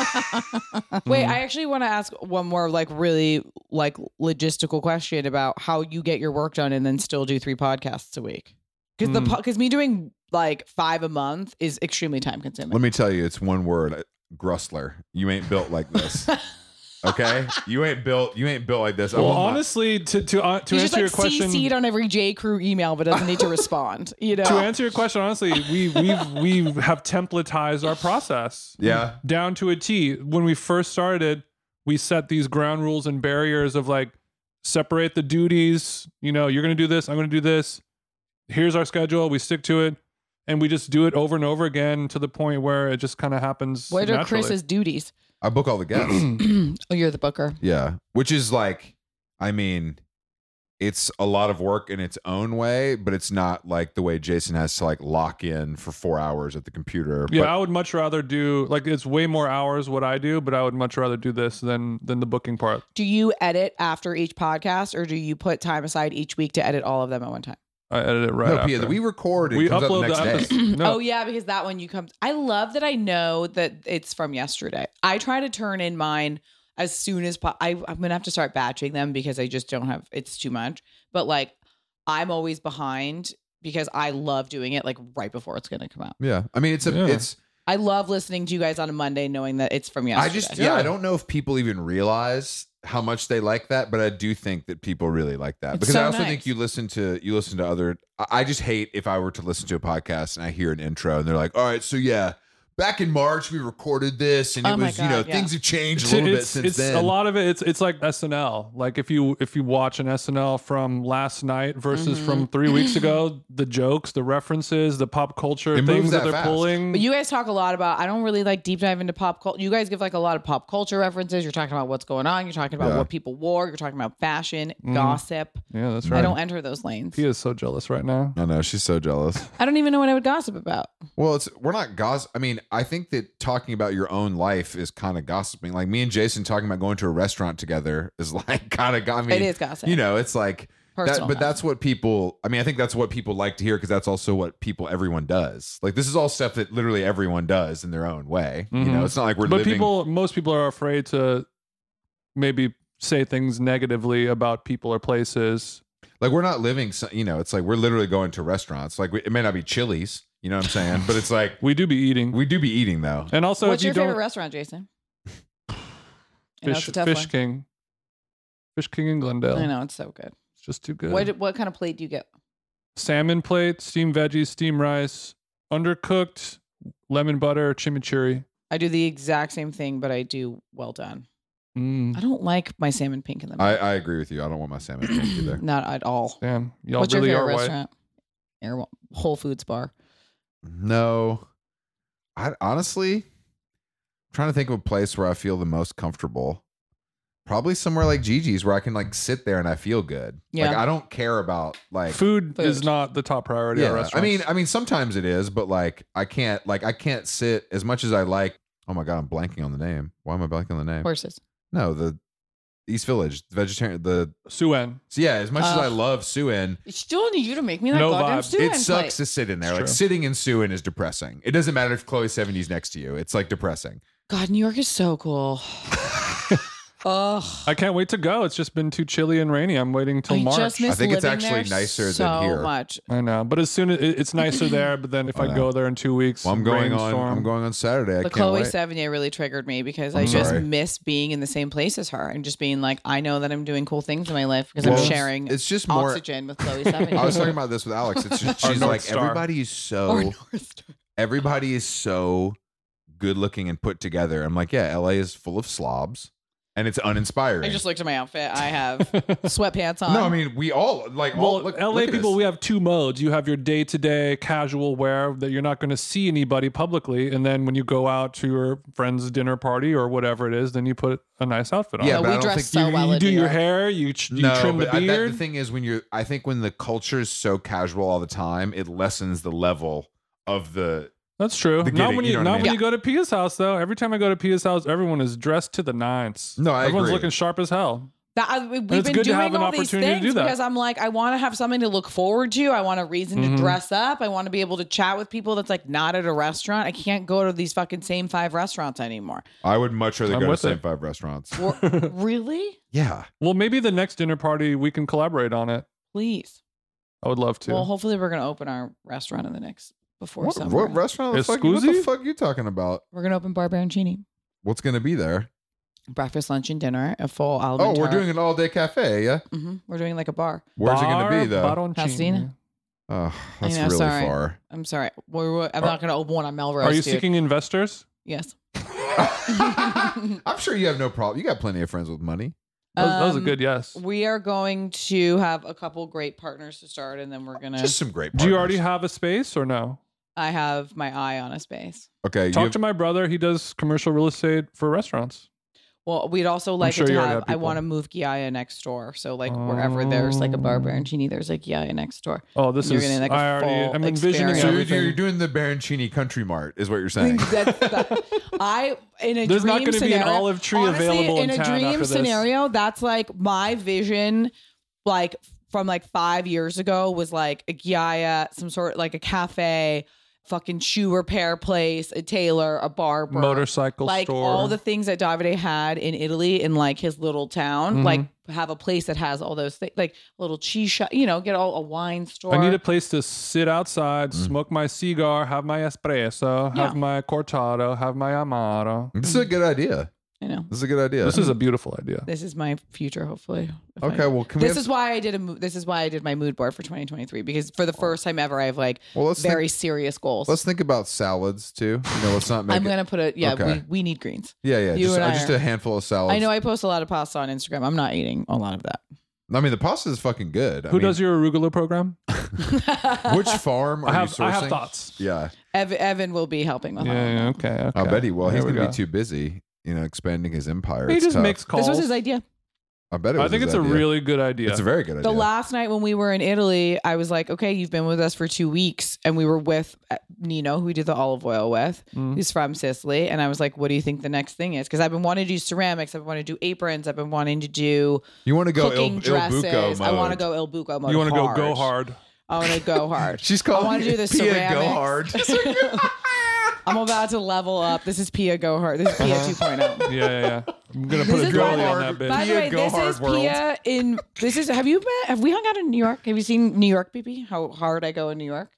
Speaker 2: wait i actually want to ask one more like really like logistical question about how you get your work done and then still do three podcasts a week because the
Speaker 3: Hmm.
Speaker 2: because me doing like five a month is extremely time consuming
Speaker 3: Let me tell you, it's one word: uh, grustler. You ain't built like this. okay, you ain't built. You ain't built like this. I
Speaker 5: Well,
Speaker 3: will not-
Speaker 5: honestly, to to uh, to
Speaker 2: He's
Speaker 5: answer your
Speaker 2: just like
Speaker 5: question,
Speaker 2: CC'd on every J Crew email, but doesn't need to respond.
Speaker 5: [laughs]
Speaker 2: You know,
Speaker 5: to answer your question honestly, we we we have templatized our process.
Speaker 3: Yeah.
Speaker 5: down to a T. When we first started, we set these ground rules and barriers of like separate the duties. You know, you're going to do this. I'm going to do this. Here's our schedule. We stick to it, and we just do it over and over again to the point where it just kind of happens.
Speaker 2: What are
Speaker 3: [clears throat]
Speaker 5: naturally.
Speaker 2: Chris's duties? [clears throat]
Speaker 3: I book all the guests.
Speaker 5: [clears throat]
Speaker 2: oh, you're the booker.
Speaker 3: Yeah. Which is like, I mean, it's a lot of work in its own way, but it's not like the way Jason has to like lock in for four hours at the computer.
Speaker 5: Yeah, I would much rather do like it's way more hours what I do, but I would much rather do this than than the booking part.
Speaker 2: Do you edit after each podcast, or do you put time aside each week to edit all of them at one time?
Speaker 5: I edit it right.
Speaker 3: No,
Speaker 5: after.
Speaker 3: Pia, we record. and It
Speaker 5: We
Speaker 3: comes out
Speaker 5: upload
Speaker 3: the
Speaker 5: the
Speaker 3: next
Speaker 2: [clears throat]
Speaker 3: day.
Speaker 5: episode. No.
Speaker 2: Oh yeah, because that one you come. I love that I know that it's from yesterday. I try to turn in mine as soon as po- I, I'm gonna have to start batching them because I just don't have. It's too much. But like, I'm always behind because I love doing it like right before it's gonna come out.
Speaker 3: Yeah. I mean, it's a,
Speaker 5: Yeah.
Speaker 3: it's,
Speaker 2: I love listening to you guys on a Monday, knowing that it's from
Speaker 3: I
Speaker 2: yesterday.
Speaker 3: just, yeah, I don't know if people even realize how much they like that, but I do think that people really like that
Speaker 2: It's
Speaker 3: because I
Speaker 2: so
Speaker 3: also
Speaker 2: nice.
Speaker 3: think you listen to, you listen to other, I I just hate if I were to listen to a podcast and I hear an intro and they're like, all right, so yeah. Back in March, we recorded this, and it
Speaker 2: Oh my
Speaker 3: was you know
Speaker 2: God, yeah.
Speaker 3: things have changed
Speaker 5: It's-
Speaker 3: a little bit
Speaker 5: it's-
Speaker 3: since
Speaker 5: it's
Speaker 3: then.
Speaker 5: a lot of it. It's it's like SNL. Like if you if you watch an SNL from last night versus from
Speaker 2: Mm-hmm.
Speaker 5: three
Speaker 2: [clears throat]
Speaker 5: weeks ago, the jokes, the references, the pop culture
Speaker 3: It moves
Speaker 5: things
Speaker 3: that
Speaker 5: that they're
Speaker 3: fast.
Speaker 5: pulling.
Speaker 2: But you guys talk a lot about. I don't really like deep dive into pop culture. You guys give like a lot of pop culture references. You're talking about what's going on. You're talking about
Speaker 3: Yeah. Mm-hmm.
Speaker 2: what people wore. You're talking about fashion,
Speaker 5: Mhm.
Speaker 2: gossip.
Speaker 5: yeah, that's right.
Speaker 2: I don't enter those lanes.
Speaker 5: Pia is so jealous right now.
Speaker 3: I know she's so jealous.
Speaker 2: I don't even know what I would gossip about.
Speaker 3: Well, it's we're not gossip. I mean, I think that talking about your own life is kind of gossiping. Like me and Jason talking about going to a restaurant together is [laughs] like kind of. I mean,
Speaker 2: it is gossip.
Speaker 3: You know, it's like that,
Speaker 2: Personal
Speaker 3: but that's what people. I mean, I think that's what people like to hear because that's also what people everyone does. Like this is all stuff that literally everyone does in their own way. You know,
Speaker 5: Mhm.
Speaker 3: it's not like we're
Speaker 5: but
Speaker 3: living.
Speaker 5: people, most people are afraid to maybe say things negatively about people or places.
Speaker 3: like we're not living. so- You know, it's like we're literally going to restaurants. Like we, it may not be Chili's. You know what I'm saying? But it's like
Speaker 5: We do be eating,
Speaker 3: we do be eating
Speaker 5: [laughs]
Speaker 3: though.
Speaker 5: and also
Speaker 2: What's
Speaker 5: if
Speaker 2: your
Speaker 5: you don't
Speaker 2: favorite restaurant,
Speaker 3: [sighs]
Speaker 2: Jason? I know
Speaker 5: fish,
Speaker 2: it's a tough
Speaker 5: fish
Speaker 2: one.
Speaker 5: King, Fish King in Glendale.
Speaker 2: I know it's so good.
Speaker 5: It's just too good.
Speaker 2: What what kind of plate do you get?
Speaker 5: salmon plate, steamed veggies, steamed rice, undercooked, lemon butter, chimichurri.
Speaker 2: I do the exact same thing, but I do well done.
Speaker 5: Mm,
Speaker 2: I don't like my salmon pink in the
Speaker 3: I,
Speaker 2: middle.
Speaker 3: I agree with you. I don't want my salmon pink either.
Speaker 2: [clears throat] Not at all.
Speaker 5: damn, y'all
Speaker 2: What's
Speaker 5: really
Speaker 2: your
Speaker 5: are
Speaker 2: favorite
Speaker 5: white.
Speaker 2: restaurant? Air, Whole Foods bar.
Speaker 3: No. I honestly I'm trying to think of a place where I feel the most comfortable. Probably somewhere like Gigi's where I can like sit there and I feel good. Like
Speaker 2: Yeah.
Speaker 3: I don't care about like
Speaker 5: food, is
Speaker 2: Food.
Speaker 5: not the top priority at
Speaker 3: Yeah, I
Speaker 5: restaurants.
Speaker 3: mean, I mean, sometimes it is, but like, I can't, like, I can't sit as much as I like. Oh my god, I'm blanking on the name. Why am I blanking on the name?
Speaker 2: Horses.
Speaker 3: No, the East Village vegetarian. The
Speaker 5: Suen.
Speaker 3: so yeah, as much as
Speaker 2: Ugh.
Speaker 3: I love Suin,
Speaker 2: It's still need you to make me that
Speaker 5: No
Speaker 2: goddamn
Speaker 5: vibes.
Speaker 2: stew
Speaker 3: it
Speaker 2: and
Speaker 3: sucks
Speaker 2: plate.
Speaker 3: to sit in there.
Speaker 5: It's
Speaker 3: Like
Speaker 5: true.
Speaker 3: sitting in Suin is depressing. It doesn't matter if Chloe 70's next to you. It's like depressing.
Speaker 2: God, New York is so
Speaker 3: [laughs]
Speaker 2: cool. Ugh.
Speaker 5: I can't wait to go. It's just been too chilly and rainy. I'm waiting till
Speaker 2: I
Speaker 5: March.
Speaker 2: just miss
Speaker 3: I think it's
Speaker 2: living
Speaker 3: actually
Speaker 2: there
Speaker 3: nicer than
Speaker 2: so
Speaker 3: here.
Speaker 2: much.
Speaker 5: I know, but as soon as it- it's nicer there, but then if
Speaker 3: I
Speaker 5: I,
Speaker 3: know.
Speaker 5: go there in two weeks,
Speaker 3: Well, I'm going on.
Speaker 5: rainstorm.
Speaker 3: I'm going on Saturday. I
Speaker 2: The
Speaker 3: can't
Speaker 2: Chloe
Speaker 3: wait.
Speaker 2: Sevigny really triggered me because
Speaker 3: I'm
Speaker 2: I just
Speaker 3: sorry.
Speaker 2: miss being in the same place as her and just being like, I know that I'm doing cool things in my life because
Speaker 3: Well,
Speaker 2: I'm sharing
Speaker 3: It's just more.
Speaker 2: oxygen with Chloe
Speaker 3: [laughs] I was
Speaker 2: Sevigny.
Speaker 3: talking about this with Alex. It's just,
Speaker 5: [laughs] Our
Speaker 3: she's
Speaker 5: North
Speaker 3: like
Speaker 5: Star.
Speaker 3: everybody
Speaker 2: [laughs]
Speaker 3: is
Speaker 2: Or
Speaker 3: so
Speaker 2: North Star.
Speaker 3: everybody is so good looking and put together. I'm like, yeah, LA is full of slobs. and it's uninspiring.
Speaker 2: I just looked at my outfit. I
Speaker 3: [laughs]
Speaker 2: have sweatpants on.
Speaker 3: no, I mean we all like
Speaker 5: Well,
Speaker 3: all, look,
Speaker 5: LA
Speaker 3: look at
Speaker 5: people,
Speaker 3: us.
Speaker 5: we have two modes. You have your day to day casual wear that you're not going to see anybody publicly. And then when you go out to your friend's dinner party or whatever it is, then you put a nice outfit on.
Speaker 3: Yeah,
Speaker 2: No,
Speaker 3: but I
Speaker 2: Uh, we
Speaker 3: don't
Speaker 2: dress
Speaker 3: think
Speaker 2: so
Speaker 5: you,
Speaker 2: well.
Speaker 5: you
Speaker 2: in
Speaker 5: do
Speaker 2: New
Speaker 5: your
Speaker 2: York.
Speaker 5: hair, you, ch- you trim the
Speaker 3: but I- that-
Speaker 5: beard.
Speaker 3: the thing is, when you're, I think when the culture is so casual all the time, it lessens the level of the.
Speaker 5: That's true.
Speaker 3: the
Speaker 5: Not
Speaker 3: giddy,
Speaker 5: when
Speaker 3: you
Speaker 5: you,
Speaker 3: know what I
Speaker 5: not
Speaker 3: mean?
Speaker 5: when you go to Pia's house though. Every time I go to Pia's house, everyone is dressed to the nines.
Speaker 3: No, I
Speaker 5: everyone's
Speaker 3: agree.
Speaker 5: looking sharp as hell.
Speaker 2: That, I, we- we've
Speaker 5: it's
Speaker 2: been
Speaker 5: good to
Speaker 2: doing
Speaker 5: have an
Speaker 2: all these
Speaker 5: opportunity to
Speaker 2: things
Speaker 5: do that.
Speaker 2: because I'm like, I want to have something to look forward to. I want a reason
Speaker 5: Mhm.
Speaker 2: to dress up. I want to be able to chat with people that's like not at a restaurant. I can't go to these fucking same five restaurants
Speaker 5: [laughs]
Speaker 2: anymore.
Speaker 3: I would much rather
Speaker 5: I'm
Speaker 3: go to the
Speaker 5: with
Speaker 3: same
Speaker 5: it.
Speaker 3: five restaurants.
Speaker 2: Or- really?
Speaker 3: Yeah,
Speaker 5: [laughs] Well, maybe the next dinner party we can collaborate on it.
Speaker 2: Please.
Speaker 5: I would love to.
Speaker 2: Well, hopefully we're gonna open our restaurant in the next before
Speaker 3: what,
Speaker 2: summer.
Speaker 3: what restaurant? The fuck, what the
Speaker 5: Escuzzi?
Speaker 3: fuck you talking about?
Speaker 2: we're gonna open Barberoncini.
Speaker 3: What's gonna be there?
Speaker 2: Breakfast, lunch, and dinner. A full
Speaker 3: Oh, we're doing an all day cafe. Yeah,
Speaker 2: hmm We're doing like a bar.
Speaker 3: where's it gonna be though?
Speaker 5: Barbaroncini.
Speaker 2: Pasadena?
Speaker 3: Oh, that's
Speaker 2: know,
Speaker 3: really
Speaker 2: sorry. [laughs]
Speaker 3: far.
Speaker 2: I'm sorry. We're, we're- I'm
Speaker 5: Are-
Speaker 2: not gonna open one on Melrose.
Speaker 5: Are you
Speaker 2: dude.
Speaker 5: seeking investors?
Speaker 2: Yes.
Speaker 3: I'm sure you have no problem. You got plenty of friends with money.
Speaker 5: That was, that was a
Speaker 2: Um,
Speaker 5: good yes.
Speaker 2: We are going to have a couple great partners to start, and then we're gonna.
Speaker 3: Just some great.
Speaker 5: Do you already
Speaker 3: partners.
Speaker 5: have a space or no?
Speaker 2: I have my eye on a space.
Speaker 3: Okay, you
Speaker 5: Talk
Speaker 3: have-
Speaker 5: to my brother. He does commercial real estate for restaurants.
Speaker 2: Well, we'd also like
Speaker 5: sure
Speaker 2: it
Speaker 5: you
Speaker 2: to
Speaker 5: already
Speaker 2: have.
Speaker 5: have
Speaker 2: I
Speaker 5: people.
Speaker 2: want to move Giaia next door. So like wherever there's like a Barberoncini, there's like Giaia next door.
Speaker 5: Oh, this
Speaker 2: You're
Speaker 5: is.
Speaker 2: getting, like, a
Speaker 5: I
Speaker 2: full
Speaker 5: already. I'm envisioning
Speaker 2: experience.
Speaker 3: So you're,
Speaker 5: everything.
Speaker 3: you're doing the Baroncini Country Mart, is what you're saying.
Speaker 2: That's the, I in a
Speaker 5: There's
Speaker 2: dream
Speaker 5: not gonna be an
Speaker 2: scenario-
Speaker 5: olive tree
Speaker 2: honestly,
Speaker 5: available in
Speaker 2: a
Speaker 5: town
Speaker 2: dream
Speaker 5: after this.
Speaker 2: scenario. That's like my vision, like from like five years ago was like a Giaia, some sort like a cafe, fucking shoe repair place, a tailor, a barber,
Speaker 5: motorcycle
Speaker 2: like
Speaker 5: store.
Speaker 2: all the things that Davide had in Italy in like his little town,
Speaker 5: Mhm.
Speaker 2: like have a place that has all those things, like a little cheese shop, you know, get all a wine store.
Speaker 5: I need a place to sit outside,
Speaker 3: Mm.
Speaker 5: smoke my cigar, have my espresso, have
Speaker 2: Yeah.
Speaker 5: my cortado, have my amaro.
Speaker 3: This is a good idea.
Speaker 2: you know,
Speaker 3: This is a good idea.
Speaker 5: This is a beautiful idea.
Speaker 2: this is my future, hopefully. if I-
Speaker 3: okay. Well, can we
Speaker 2: This
Speaker 3: have-
Speaker 2: is why I did a. mo- This is why I did my mood board for 2023 because for the first time ever, I have like
Speaker 3: Oh. Well, let's
Speaker 2: very
Speaker 3: think,
Speaker 2: serious goals.
Speaker 3: let's think about salads too. You know, let's not make
Speaker 2: I'm
Speaker 3: it-
Speaker 2: gonna put a yeah.
Speaker 3: Okay.
Speaker 2: We, we need greens.
Speaker 3: yeah, yeah.
Speaker 2: you
Speaker 3: Just,
Speaker 2: and
Speaker 3: uh,
Speaker 2: I
Speaker 3: just
Speaker 2: are-
Speaker 3: a handful of salads.
Speaker 2: I know I post a lot of pasta on Instagram. I'm not eating a lot of that.
Speaker 3: I, mean, the pasta is fucking good. I
Speaker 5: Who
Speaker 3: mean,
Speaker 5: does your
Speaker 3: [laughs]
Speaker 5: arugula program? [laughs]
Speaker 3: Which farm are
Speaker 5: I have.
Speaker 3: you sourcing?
Speaker 5: I have thoughts.
Speaker 3: Yeah,
Speaker 2: Ev- Evan will be helping with
Speaker 5: Yeah.
Speaker 2: all of
Speaker 5: yeah,
Speaker 2: that.
Speaker 5: okay. Okay.
Speaker 3: I bet he will. He's
Speaker 5: There we
Speaker 3: gonna
Speaker 5: go.
Speaker 3: be too busy, you know, expanding his empire.
Speaker 5: He
Speaker 3: It's
Speaker 5: just
Speaker 3: tough.
Speaker 5: makes calls.
Speaker 2: This was his idea.
Speaker 3: I bet. It was
Speaker 5: I think
Speaker 3: his
Speaker 5: it's a
Speaker 3: idea.
Speaker 5: really good idea.
Speaker 3: It's a very good idea.
Speaker 2: The last night when we were in Italy, I was like, okay, you've been with us for two weeks. And we were with uh, Nino, who we did the olive oil with,
Speaker 5: Mm.
Speaker 2: who's from Sicily. And I was like, what do you think the next thing is? Because I've been wanting to do ceramics. I've been wanting to do aprons. I've been wanting to do
Speaker 3: you want to go
Speaker 2: cooking
Speaker 3: Il, Il
Speaker 2: dresses.
Speaker 3: Buco
Speaker 2: I want to
Speaker 3: mode.
Speaker 2: go Il Buco mode.
Speaker 5: you
Speaker 2: want to
Speaker 5: go go hard.
Speaker 2: I want to
Speaker 3: [laughs]
Speaker 2: go hard.
Speaker 3: She's
Speaker 2: I
Speaker 3: calling.
Speaker 2: want to do the
Speaker 3: [laughs] Pia
Speaker 2: ceramics.
Speaker 3: Go
Speaker 2: [laughs]
Speaker 3: hard. [laughs]
Speaker 2: I'm about to level up. This is Pia Go Hard. This is Pia
Speaker 3: [laughs]
Speaker 2: 2.0.
Speaker 5: Yeah, yeah, yeah. I'm gonna
Speaker 2: This
Speaker 5: put a
Speaker 2: is
Speaker 5: girly
Speaker 2: why-
Speaker 5: on that
Speaker 2: By
Speaker 5: bitch.
Speaker 2: the
Speaker 3: Pia
Speaker 2: way,
Speaker 3: Go
Speaker 2: this
Speaker 3: Hard
Speaker 2: is
Speaker 3: world.
Speaker 2: Pia in this is have you met have we hung out in New York? Have you seen New York, BB? How hard I go in New York?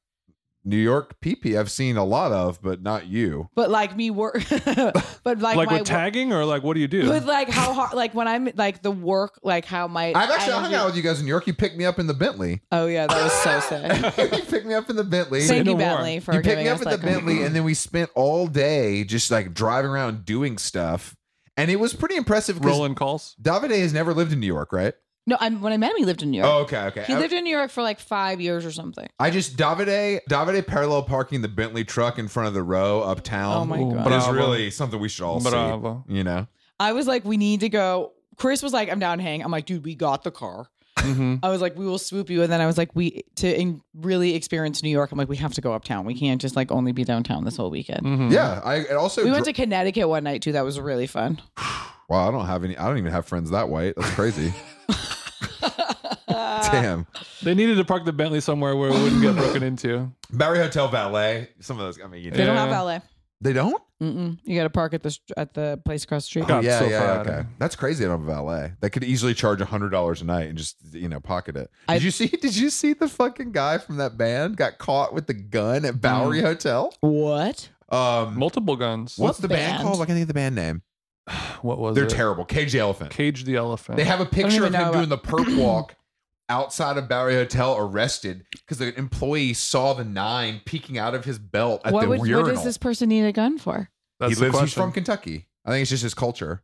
Speaker 3: New York PP. I've seen a lot of, but not you.
Speaker 2: but like me work [laughs] but like,
Speaker 5: Like
Speaker 2: my
Speaker 5: with tagging or like what do you do?
Speaker 2: work with like how hard like when i'm like the work like how my
Speaker 3: I've actually hung
Speaker 2: energy-
Speaker 3: out with you guys in New York. You picked me up in the Bentley.
Speaker 2: oh yeah that was so
Speaker 3: [laughs]
Speaker 2: sick
Speaker 3: you picked me up in the Bentley.
Speaker 2: thank you
Speaker 5: no more.
Speaker 2: bentley for
Speaker 3: you picked
Speaker 2: giving
Speaker 3: me up
Speaker 2: us
Speaker 3: at
Speaker 2: that
Speaker 3: the
Speaker 2: [clears throat]
Speaker 3: Bentley, and then we spent all day just like driving around doing stuff, and it was pretty impressive. 'cause
Speaker 5: Rolling calls.
Speaker 3: Davide has never lived in New York, right?
Speaker 2: no i'm when i met him he lived in new york
Speaker 3: Oh, okay, okay.
Speaker 2: he
Speaker 3: I,
Speaker 2: lived in new york for like five years or something
Speaker 3: I just Davide Davide parallel parking the Bentley truck in front of the row uptown.
Speaker 2: Oh my
Speaker 5: Ooh,
Speaker 2: God.
Speaker 3: But it's
Speaker 5: bravo.
Speaker 3: really something we should all
Speaker 5: Bravo.
Speaker 3: see. You know,
Speaker 2: i was like we need to go chris was like i'm down to hang i'm like dude we got the car
Speaker 5: Mhm.
Speaker 2: i was like we will swoop you and then i was like we to in, really experience new york i'm like we have to go uptown we can't just like only be downtown this whole weekend
Speaker 5: Mhm.
Speaker 3: yeah. I and also
Speaker 2: we went
Speaker 3: dr-
Speaker 2: to connecticut one night too that was really fun
Speaker 3: wow. I don't have any. I don't even have friends that way.
Speaker 2: [laughs]
Speaker 3: That's crazy. Damn.
Speaker 5: They needed to park the Bentley somewhere where it wouldn't get broken into.
Speaker 3: Barry Hotel valet. Some of those. I mean, you know.
Speaker 2: they don't
Speaker 5: Yeah.
Speaker 2: have la
Speaker 3: They don't.
Speaker 2: Mm-mm. You got to park at the at the place across the street.
Speaker 5: God. I'm
Speaker 3: yeah,
Speaker 5: so
Speaker 3: yeah,
Speaker 5: proud.
Speaker 3: okay. That's crazy. I don't have a valet. That could easily charge hundred dollars a night and just you know pocket it. Did
Speaker 2: I-
Speaker 3: you see? Did you see the fucking guy from that band got caught with the gun at Bowery
Speaker 5: Mm.
Speaker 3: Hotel?
Speaker 2: What?
Speaker 3: Um,
Speaker 5: Multiple guns.
Speaker 3: what's the band,
Speaker 2: band?
Speaker 3: called? I can think of the band name.
Speaker 5: What was
Speaker 3: They're
Speaker 5: it?
Speaker 3: terrible. Cage the Elephant.
Speaker 5: Cage the elephant.
Speaker 3: They have a picture
Speaker 2: even
Speaker 3: of him
Speaker 2: know
Speaker 3: doing
Speaker 2: [clears throat]
Speaker 3: the perp walk outside of Bowery Hotel, arrested because an employee saw the nine peeking out of his belt at
Speaker 2: What,
Speaker 3: the
Speaker 2: would, what
Speaker 3: urinal.
Speaker 2: does this person need a gun for?
Speaker 3: he
Speaker 5: That's the
Speaker 3: lives. He's
Speaker 5: question.
Speaker 3: from Kentucky. I think it's just his culture.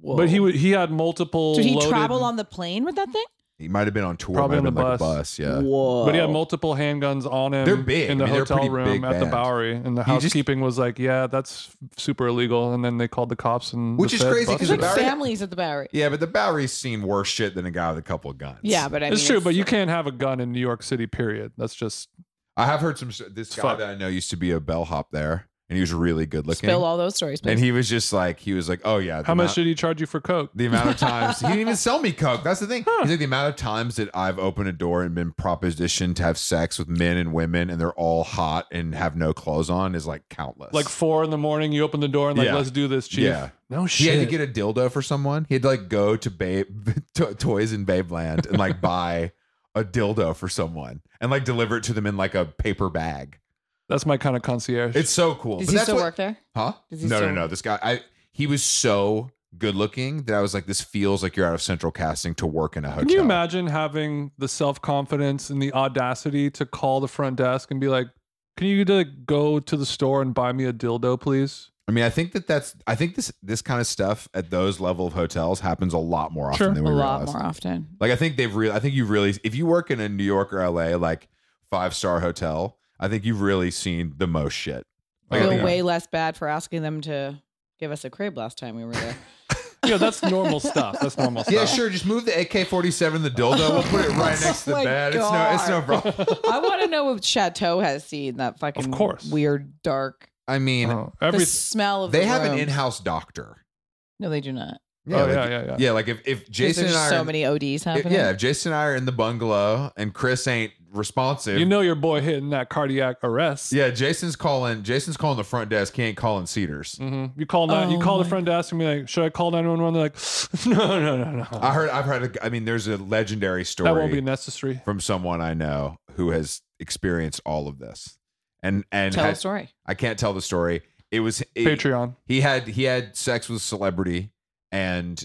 Speaker 2: Whoa.
Speaker 5: But he wa- he had multiple.
Speaker 2: Did he
Speaker 5: loaded-
Speaker 2: travel on the plane with that thing?
Speaker 3: He might have been on tour.
Speaker 5: Probably
Speaker 3: might
Speaker 5: on
Speaker 3: have
Speaker 5: the
Speaker 3: been like a
Speaker 5: bus.
Speaker 3: bus. Yeah.
Speaker 2: Whoa.
Speaker 5: But he had multiple handguns on him.
Speaker 3: They're big.
Speaker 5: in the
Speaker 3: I mean, they're
Speaker 5: hotel
Speaker 3: pretty
Speaker 5: room
Speaker 3: big
Speaker 5: at the
Speaker 3: band.
Speaker 5: Bowery, and the
Speaker 3: You just-
Speaker 5: housekeeping was like, "Yeah, that's super illegal." And then they called the cops, and
Speaker 3: Which
Speaker 5: the
Speaker 3: is
Speaker 5: feds
Speaker 3: crazy 'cause
Speaker 2: There's
Speaker 5: busted
Speaker 3: the
Speaker 5: him.
Speaker 2: like
Speaker 3: Bowery-
Speaker 2: families at the Bowery.
Speaker 3: Yeah, but the Bowery's seen worse shit than a guy with a couple of guns.
Speaker 2: Yeah, but I mean,
Speaker 5: it's true, but you can't have a gun in New York City. Period. That's just
Speaker 3: I have heard some. This guy
Speaker 5: Fuck.
Speaker 3: that I know used to be a bellhop there, and he was really good looking.
Speaker 2: spill all those stories.
Speaker 3: and
Speaker 2: please.
Speaker 3: he was just like, he was like, oh yeah. the
Speaker 5: how much
Speaker 3: amount-
Speaker 5: did he charge you for coke?
Speaker 3: the amount of times he
Speaker 2: [laughs]
Speaker 3: didn't even sell me coke. That's the thing. He's like the amount of times that I've opened a door and been propositioned to have sex with men and women, and they're all hot and have no clothes on is like countless.
Speaker 5: Like four in the morning, you open the door and like,
Speaker 3: Yeah.
Speaker 5: "Let's do this, chief."
Speaker 3: Yeah.
Speaker 5: No
Speaker 3: he
Speaker 5: shit.
Speaker 3: had to get a dildo for someone. He had to like go to Babe [laughs] to, Toys in Babeland and like buy a dildo for someone and like deliver it to them in like a paper bag.
Speaker 5: That's my kind of concierge.
Speaker 3: It's so cool.
Speaker 2: Does
Speaker 3: But
Speaker 2: he
Speaker 3: that's
Speaker 2: still
Speaker 3: what-
Speaker 2: work there?
Speaker 3: Huh?
Speaker 2: Does he
Speaker 3: no,
Speaker 2: still-
Speaker 3: no, no. This guy, I he was so good looking that I was like, this feels like you're out of Central Casting to work in a hotel.
Speaker 5: Can you imagine having the self confidence and the audacity to call the front desk and be like, "Can you like, go to the store and buy me a dildo, please?"
Speaker 3: I mean, I think that that's. I think this this kind of stuff at those level of hotels happens a lot more often
Speaker 5: Sure.
Speaker 3: than
Speaker 2: a
Speaker 3: we
Speaker 2: lot
Speaker 3: realize.
Speaker 2: more often.
Speaker 3: Like I think they've really. I think you really. If you work in a New York or LA like five star hotel, I think you've really seen the most shit.
Speaker 2: I
Speaker 3: Like, I
Speaker 2: feel
Speaker 3: think-
Speaker 2: way less bad for asking them to give us a crib last time we were there.
Speaker 5: Yeah,
Speaker 3: [laughs]
Speaker 5: that's normal stuff. That's normal
Speaker 3: [laughs]
Speaker 5: stuff.
Speaker 3: yeah, sure. Just move the AK forty seven, the dildo. We'll put it right next to the
Speaker 2: my
Speaker 3: bed. It's no, it's no problem.
Speaker 5: [laughs]
Speaker 2: I want to know if Chateau has seen that fucking
Speaker 5: Of course.
Speaker 2: weird dark.
Speaker 3: I mean,
Speaker 5: Oh,
Speaker 2: Every
Speaker 5: every
Speaker 2: smell of
Speaker 3: they
Speaker 2: the
Speaker 3: have an
Speaker 2: room.
Speaker 3: in house doctor.
Speaker 2: No, they do not.
Speaker 5: Oh,
Speaker 3: like,
Speaker 5: yeah, yeah, yeah.
Speaker 3: Like if if
Speaker 2: 'Cause
Speaker 3: Jason
Speaker 2: there's
Speaker 3: and I,
Speaker 2: so
Speaker 3: are in-
Speaker 2: many ODs
Speaker 3: if-
Speaker 2: happening.
Speaker 3: yeah, if Jason and I are in the bungalow and Chris ain't responsive,
Speaker 5: you know your boy hitting that cardiac arrest.
Speaker 3: Yeah, Jason's calling. Jason's calling the front desk. He ain't calling Cedars.
Speaker 5: hmm You call nine, you
Speaker 2: Oh
Speaker 5: call the
Speaker 2: my
Speaker 5: front desk and be like, "Should I call 911?" They're like, [laughs] "No, no, no, no."
Speaker 3: I heard. I've heard. A, I mean, there's a legendary story
Speaker 5: that won't be necessary.
Speaker 3: from someone I know who has experienced all of this, and and
Speaker 2: Tell
Speaker 3: had-
Speaker 2: a story.
Speaker 3: I can't tell the story. It was it-
Speaker 5: Patreon.
Speaker 3: He had he had sex with a celebrity and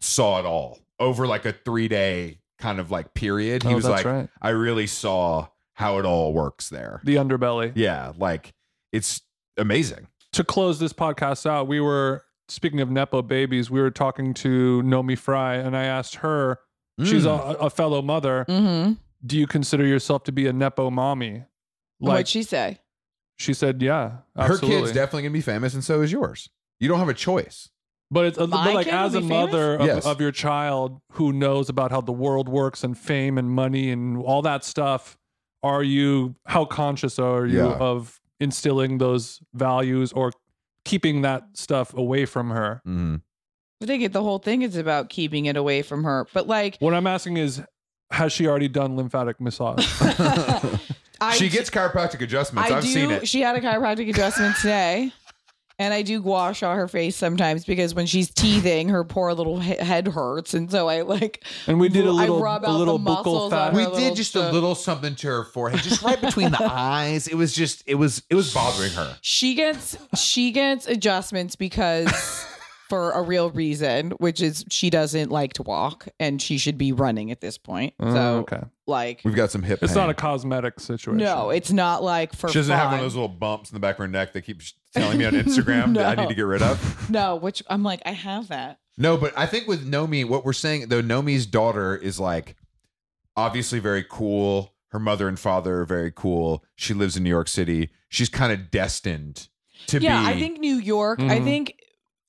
Speaker 3: saw it all over like a three day kind of like period. He
Speaker 5: Oh,
Speaker 3: was
Speaker 5: that's
Speaker 3: like,
Speaker 5: right.
Speaker 3: I really saw how it all works there.
Speaker 5: The underbelly.
Speaker 3: Yeah, like it's amazing.
Speaker 5: to close this podcast out, we were speaking of Nepo babies, we were talking to Nomi Fry, and I asked her, she's a,
Speaker 3: Mm.
Speaker 5: a fellow mother,
Speaker 2: Mm-hmm.
Speaker 5: do you consider yourself to be a Nepo mommy? Like
Speaker 2: What'd she say?
Speaker 5: she said, yeah,
Speaker 3: her
Speaker 5: absolutely.
Speaker 3: kid's definitely gonna be famous, and so is yours. You don't have a choice.
Speaker 5: But it's uh, but
Speaker 2: My
Speaker 5: like
Speaker 2: kid
Speaker 5: as
Speaker 2: will
Speaker 5: a
Speaker 2: be
Speaker 5: mother of,
Speaker 3: famous? Yes.
Speaker 5: of your child who knows about how the world works and fame and money and all that stuff, are you how conscious are you
Speaker 3: Yeah.
Speaker 5: of instilling those values or keeping that stuff away from her?
Speaker 3: Mm-hmm.
Speaker 2: I think it, the whole thing is about keeping it away from her. But like,
Speaker 5: What I'm asking is, has she already done lymphatic massage? [laughs]
Speaker 2: I
Speaker 3: she gets chiropractic adjustments.
Speaker 2: I
Speaker 3: I've
Speaker 2: do.
Speaker 3: seen it.
Speaker 2: She had a chiropractic
Speaker 3: [laughs]
Speaker 2: adjustment today, and I do gua sha her face sometimes because when she's teething, her poor little he- head hurts, and so I like.
Speaker 5: And we did a
Speaker 2: I
Speaker 5: little,
Speaker 2: rub
Speaker 5: a
Speaker 2: out
Speaker 5: little
Speaker 2: the
Speaker 5: buccal
Speaker 2: muscles
Speaker 5: fat.
Speaker 2: on her little stuff.
Speaker 3: little something to her forehead, just right
Speaker 2: [laughs]
Speaker 3: between the eyes. It was just, it was, it was bothering her.
Speaker 2: She gets she gets adjustments
Speaker 3: [laughs]
Speaker 2: because for a real reason, which is she doesn't like to walk and she should be running at this point.
Speaker 3: Mm,
Speaker 5: Oh,
Speaker 2: so
Speaker 5: okay,
Speaker 2: like
Speaker 3: We've got some hip.
Speaker 5: it's
Speaker 3: pain.
Speaker 5: not a cosmetic situation.
Speaker 2: no, it's not like for
Speaker 3: She doesn't have one of
Speaker 2: fun.
Speaker 3: those little bumps in the back of her neck that keeps
Speaker 2: [laughs]
Speaker 3: telling me on Instagram that I need to get rid of.
Speaker 2: No, which I'm like, I have that.
Speaker 3: No, but I think with Nomi, what we're saying though, Nomi's daughter is like obviously very cool. Her mother and father are very cool. She lives in New York City. She's kind of destined to
Speaker 2: yeah,
Speaker 3: be.
Speaker 2: I think New York. I
Speaker 5: Mhm.
Speaker 2: think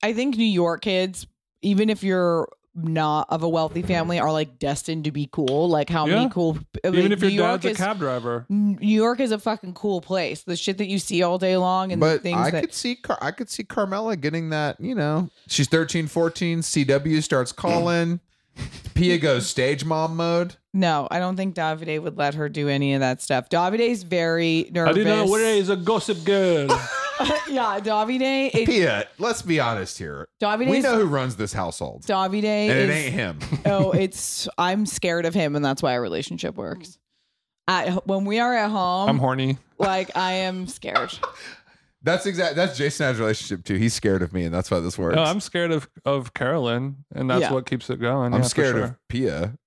Speaker 2: I think New York kids, even if you're not of a wealthy family, are like destined to be cool. Like how
Speaker 5: Yeah.
Speaker 2: many cool uh, like,
Speaker 5: even if your
Speaker 2: New York
Speaker 5: dad's a
Speaker 2: is-
Speaker 5: cab driver.
Speaker 2: New York is a fucking cool place. The shit that you see all day long and the
Speaker 3: but
Speaker 2: things
Speaker 3: I
Speaker 2: that
Speaker 3: could see Car- I could see Carmela getting that, you know. She's 13, 14, CW
Speaker 2: [laughs]
Speaker 3: starts calling. Pia goes stage mom mode.
Speaker 2: No, I don't think Davide would let her do any of that stuff. Davide's very nervous.
Speaker 5: I do not know what it is. A gossip girl.
Speaker 2: [laughs] yeah, Davide.
Speaker 3: [laughs]
Speaker 2: It,
Speaker 3: Pia, let's be honest here.
Speaker 2: Davide.
Speaker 3: we
Speaker 2: is-
Speaker 3: know who runs this household.
Speaker 2: Davide
Speaker 3: and
Speaker 2: is. [laughs]
Speaker 3: it ain't him.
Speaker 2: oh, it's. I'm scared of him, and that's why our relationship works. At when we are at home,
Speaker 5: [laughs] I'm horny.
Speaker 2: like I am scared.
Speaker 3: That's exact. That's Jason and I's relationship too. He's scared of me, and that's why this works.
Speaker 5: No, I'm scared of of Carolyn, and that's
Speaker 2: Yeah.
Speaker 5: what keeps it going.
Speaker 3: I'm
Speaker 5: yeah, for
Speaker 3: scared
Speaker 5: sure.
Speaker 3: of Pia.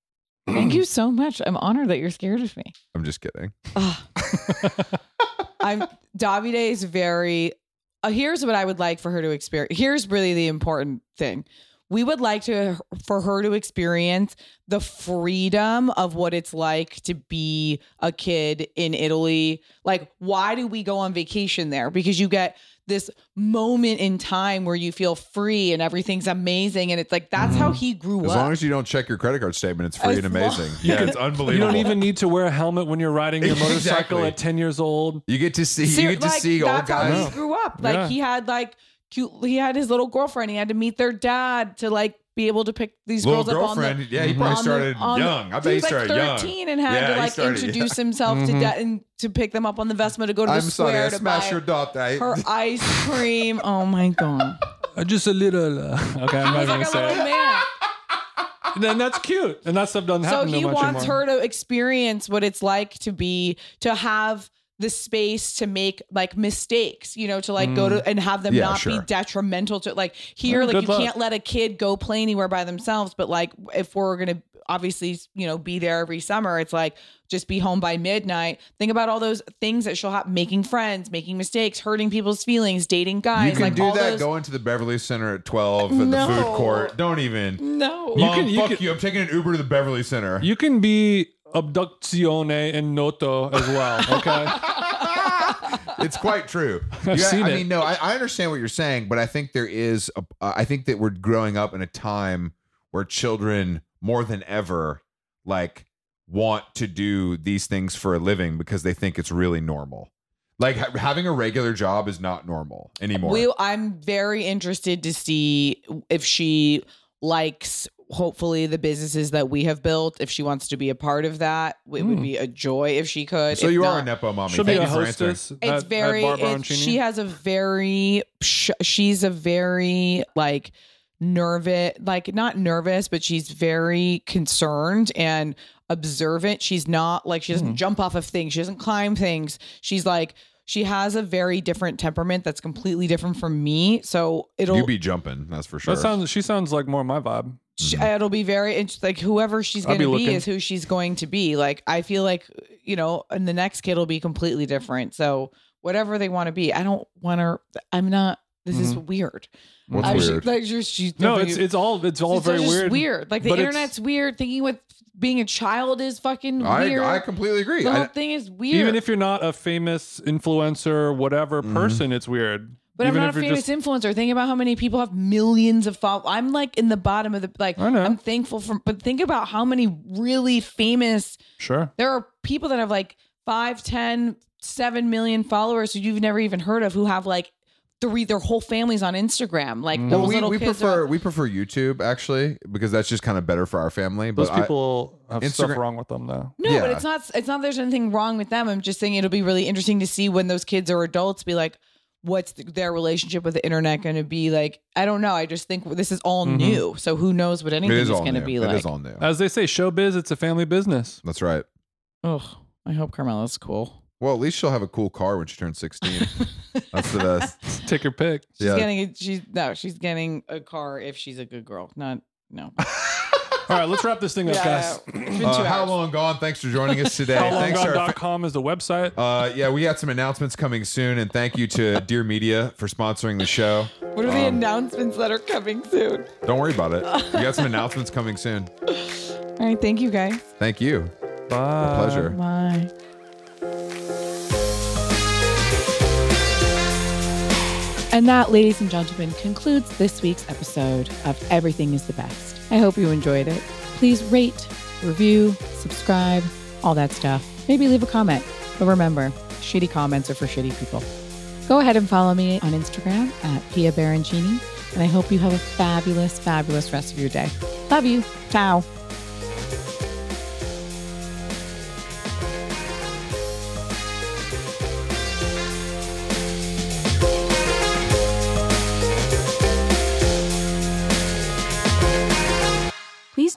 Speaker 2: Thank you so much. I'm honored that you're scared of me.
Speaker 3: I'm just kidding.
Speaker 2: I'm Davide is very. Uh, here's what I would like for her to experience. Here's really the important thing. we would like to for her to experience the freedom of what it's like to be a kid in Italy. Like why do we go on vacation there? Because you get this moment in time where you feel free and everything's amazing and it's like that's how he grew
Speaker 3: Mm-hmm. As
Speaker 2: up.
Speaker 3: long as you don't check your credit card statement, it's free
Speaker 2: As
Speaker 3: and
Speaker 2: long-
Speaker 3: amazing. yeah, it's unbelievable.
Speaker 5: [laughs] You don't even need to wear a helmet when you're riding your motorcycle
Speaker 3: Exactly.
Speaker 5: at 10 years old.
Speaker 3: You get to see.
Speaker 2: Ser-
Speaker 3: you get to
Speaker 2: like,
Speaker 3: see old
Speaker 2: that's how
Speaker 3: guys.
Speaker 2: he grew up. Like
Speaker 3: Yeah.
Speaker 2: he had like cute. He had his little girlfriend. He had to meet their dad to like be able to pick these
Speaker 3: Little
Speaker 2: girls up on the.
Speaker 3: girlfriend, yeah, he probably
Speaker 2: on the-
Speaker 3: started
Speaker 2: on the-
Speaker 3: young. I bet
Speaker 2: he
Speaker 3: he
Speaker 2: was like
Speaker 3: started young.
Speaker 2: thirteen and had
Speaker 3: Yeah,
Speaker 2: to
Speaker 3: he
Speaker 2: like
Speaker 3: started-
Speaker 2: introduce
Speaker 3: yeah.
Speaker 2: himself to
Speaker 3: Mhm.
Speaker 2: dad and to pick them up on the Vesma to go to the
Speaker 3: I'm sorry,
Speaker 2: square
Speaker 3: I
Speaker 2: to
Speaker 3: smashed
Speaker 2: buy
Speaker 3: your eh? daughter.
Speaker 2: her ice cream. Oh my god!
Speaker 5: [laughs] Uh, just a little. Uh, [laughs] okay, I'm not
Speaker 2: He's
Speaker 5: going
Speaker 2: like a
Speaker 5: to say
Speaker 2: little [laughs]
Speaker 5: it.
Speaker 2: man.
Speaker 5: And then that's cute. And that stuff doesn't
Speaker 2: So
Speaker 5: happen
Speaker 2: he
Speaker 5: much
Speaker 2: wants
Speaker 5: anymore.
Speaker 2: her to experience what it's like to be to have the space to make like mistakes, you know, to like go
Speaker 5: Mm.
Speaker 2: to and have them
Speaker 5: Yeah,
Speaker 2: not
Speaker 5: sure.
Speaker 2: be detrimental to like here,
Speaker 5: Mm,
Speaker 2: like
Speaker 5: good
Speaker 2: you
Speaker 5: luck.
Speaker 2: can't let a kid go play anywhere by themselves. But like if we're gonna obviously, you know, be there every summer, it's like just be home by midnight. Think about all those things that she'll have making friends, making mistakes, hurting people's feelings, dating guys,
Speaker 3: You can
Speaker 2: like
Speaker 3: do
Speaker 2: all
Speaker 3: that
Speaker 2: those
Speaker 3: going to the Beverly Center at 12 at
Speaker 2: No.
Speaker 3: the food court. Don't even.
Speaker 2: No.
Speaker 3: Mom, fuck you. I'm taking an Uber to the Beverly Center.
Speaker 5: You can be abductione and noto as well.
Speaker 2: [laughs]
Speaker 5: Okay.
Speaker 3: [laughs] it's quite true.
Speaker 5: [laughs] I've
Speaker 3: You-
Speaker 5: seen
Speaker 3: I
Speaker 5: it.
Speaker 3: mean, no, I, I understand what you're saying, but I think there is, a, uh, I think that we're growing up in a time where children more than ever, like, want to do these things for a living because they think it's really normal. Like ha- having a regular job is not normal anymore.
Speaker 2: We, I'm very interested to see if she likes, hopefully, the businesses that we have built. If she wants to be a part of that, it would
Speaker 3: Hmm.
Speaker 2: be a joy if she could.
Speaker 3: so
Speaker 2: If
Speaker 3: you are
Speaker 2: not-
Speaker 3: a nepo mommy.
Speaker 5: She'll
Speaker 3: Thank
Speaker 5: be a
Speaker 3: you for answering.
Speaker 5: hostess.
Speaker 2: It's
Speaker 5: at- at
Speaker 2: very.
Speaker 5: Bar
Speaker 2: it's-
Speaker 5: Baroncini.
Speaker 2: she has a very. Sh- she's a very like nervous, like not nervous, but she's very concerned and observant. She's not like she doesn't
Speaker 5: Hmm.
Speaker 2: jump off of things. She doesn't climb things. She's like. She has a very different temperament that's completely different from me. So it'll
Speaker 3: You be jumping, that's for sure.
Speaker 5: That sounds. She sounds like more my vibe.
Speaker 2: she, it'll be very interesting. Like whoever she's
Speaker 5: Mm-hmm. I'll
Speaker 2: going
Speaker 5: be
Speaker 2: to be,
Speaker 5: looking.
Speaker 2: is who she's going to be. Like I feel like you know, and the next kid will be completely different. So whatever they want to be, I don't want her. I'm not. This is
Speaker 5: Mhm.
Speaker 2: weird.
Speaker 3: What's
Speaker 2: I should-
Speaker 3: weird?
Speaker 2: like she's, she's
Speaker 5: No, it's it's all it's all
Speaker 2: it's
Speaker 5: very
Speaker 2: just
Speaker 5: weird.
Speaker 2: Weird. Like the
Speaker 5: but it's-
Speaker 2: internet's weird. Thinking what being a child is fucking
Speaker 3: I,
Speaker 2: weird.
Speaker 3: I completely agree.
Speaker 2: the whole
Speaker 3: I-
Speaker 2: thing is weird.
Speaker 5: Even if you're not a famous influencer, whatever person, it's weird.
Speaker 2: But
Speaker 5: Even
Speaker 2: I'm
Speaker 5: if
Speaker 2: not a
Speaker 5: you're
Speaker 2: famous
Speaker 5: just-
Speaker 2: influencer. Think about how many people have millions of followers. I'm like in the bottom of the like.
Speaker 5: I know.
Speaker 2: I'm thankful for, but think about how many really famous.
Speaker 5: Sure.
Speaker 2: There are people that have like five, ten, seven million followers who you've never even heard of who have like three. Their whole families on Instagram. Like
Speaker 3: Mm. Well,
Speaker 2: those
Speaker 3: we,
Speaker 2: little
Speaker 3: we
Speaker 2: kids
Speaker 3: prefer
Speaker 2: are.
Speaker 3: we prefer YouTube actually because that's just kind of better for our family. But
Speaker 5: Those
Speaker 3: I-
Speaker 5: people have stuff
Speaker 3: Instagram-
Speaker 5: wrong with them, though.
Speaker 2: No, but
Speaker 3: yeah.
Speaker 2: it's not. It's not. There's anything wrong with them. I'm just saying it'll be really interesting to see when those kids are adults. Be like, what's th- their relationship with the internet going to be like? I don't know. I just think this is all
Speaker 5: Mhm.
Speaker 2: new. So who knows what anything
Speaker 3: Mm-hmm. it
Speaker 2: is,
Speaker 3: is all
Speaker 2: going to
Speaker 3: new.
Speaker 2: be
Speaker 3: It
Speaker 2: like?
Speaker 3: is all new.
Speaker 5: As they say, showbiz, it's a family business.
Speaker 3: That's right.
Speaker 2: Oh, I hope Carmela's cool.
Speaker 3: Well, at least she'll have a cool car when she
Speaker 2: [laughs]
Speaker 3: turns sixteen. that's the best.
Speaker 5: Take your pick.
Speaker 2: She's
Speaker 3: yeah.
Speaker 2: getting a, she's no, she's getting a car if she's a good girl. Not no.
Speaker 5: All right, let's wrap this thing
Speaker 2: [laughs]
Speaker 5: up,
Speaker 2: Yeah,
Speaker 5: guys.
Speaker 2: it's been two
Speaker 3: Uh, how
Speaker 2: hours.
Speaker 3: long gone? Thanks for joining
Speaker 2: [laughs]
Speaker 3: us today. Thanks to our-
Speaker 5: HowLongGone.com is the website.
Speaker 3: uh, yeah, we got some announcements coming soon, and thank
Speaker 2: [laughs]
Speaker 3: you to Dear Media for sponsoring the show.
Speaker 2: What are the announcements that are coming soon?
Speaker 3: Don't worry about it. We got some announcements coming soon.
Speaker 2: All right, thank you guys.
Speaker 3: Thank you.
Speaker 5: Bye.
Speaker 3: Pleasure.
Speaker 2: Bye. And that, ladies and gentlemen, concludes this week's episode of Everything is the Best. I hope you enjoyed it. Please rate, review, subscribe, all that stuff. Maybe leave a comment. But remember, shitty comments are for shitty people. Go ahead and follow me on Instagram at Pia Barancini. And I hope you have a fabulous, fabulous rest of your day. Love you. Ciao.
Speaker 9: Please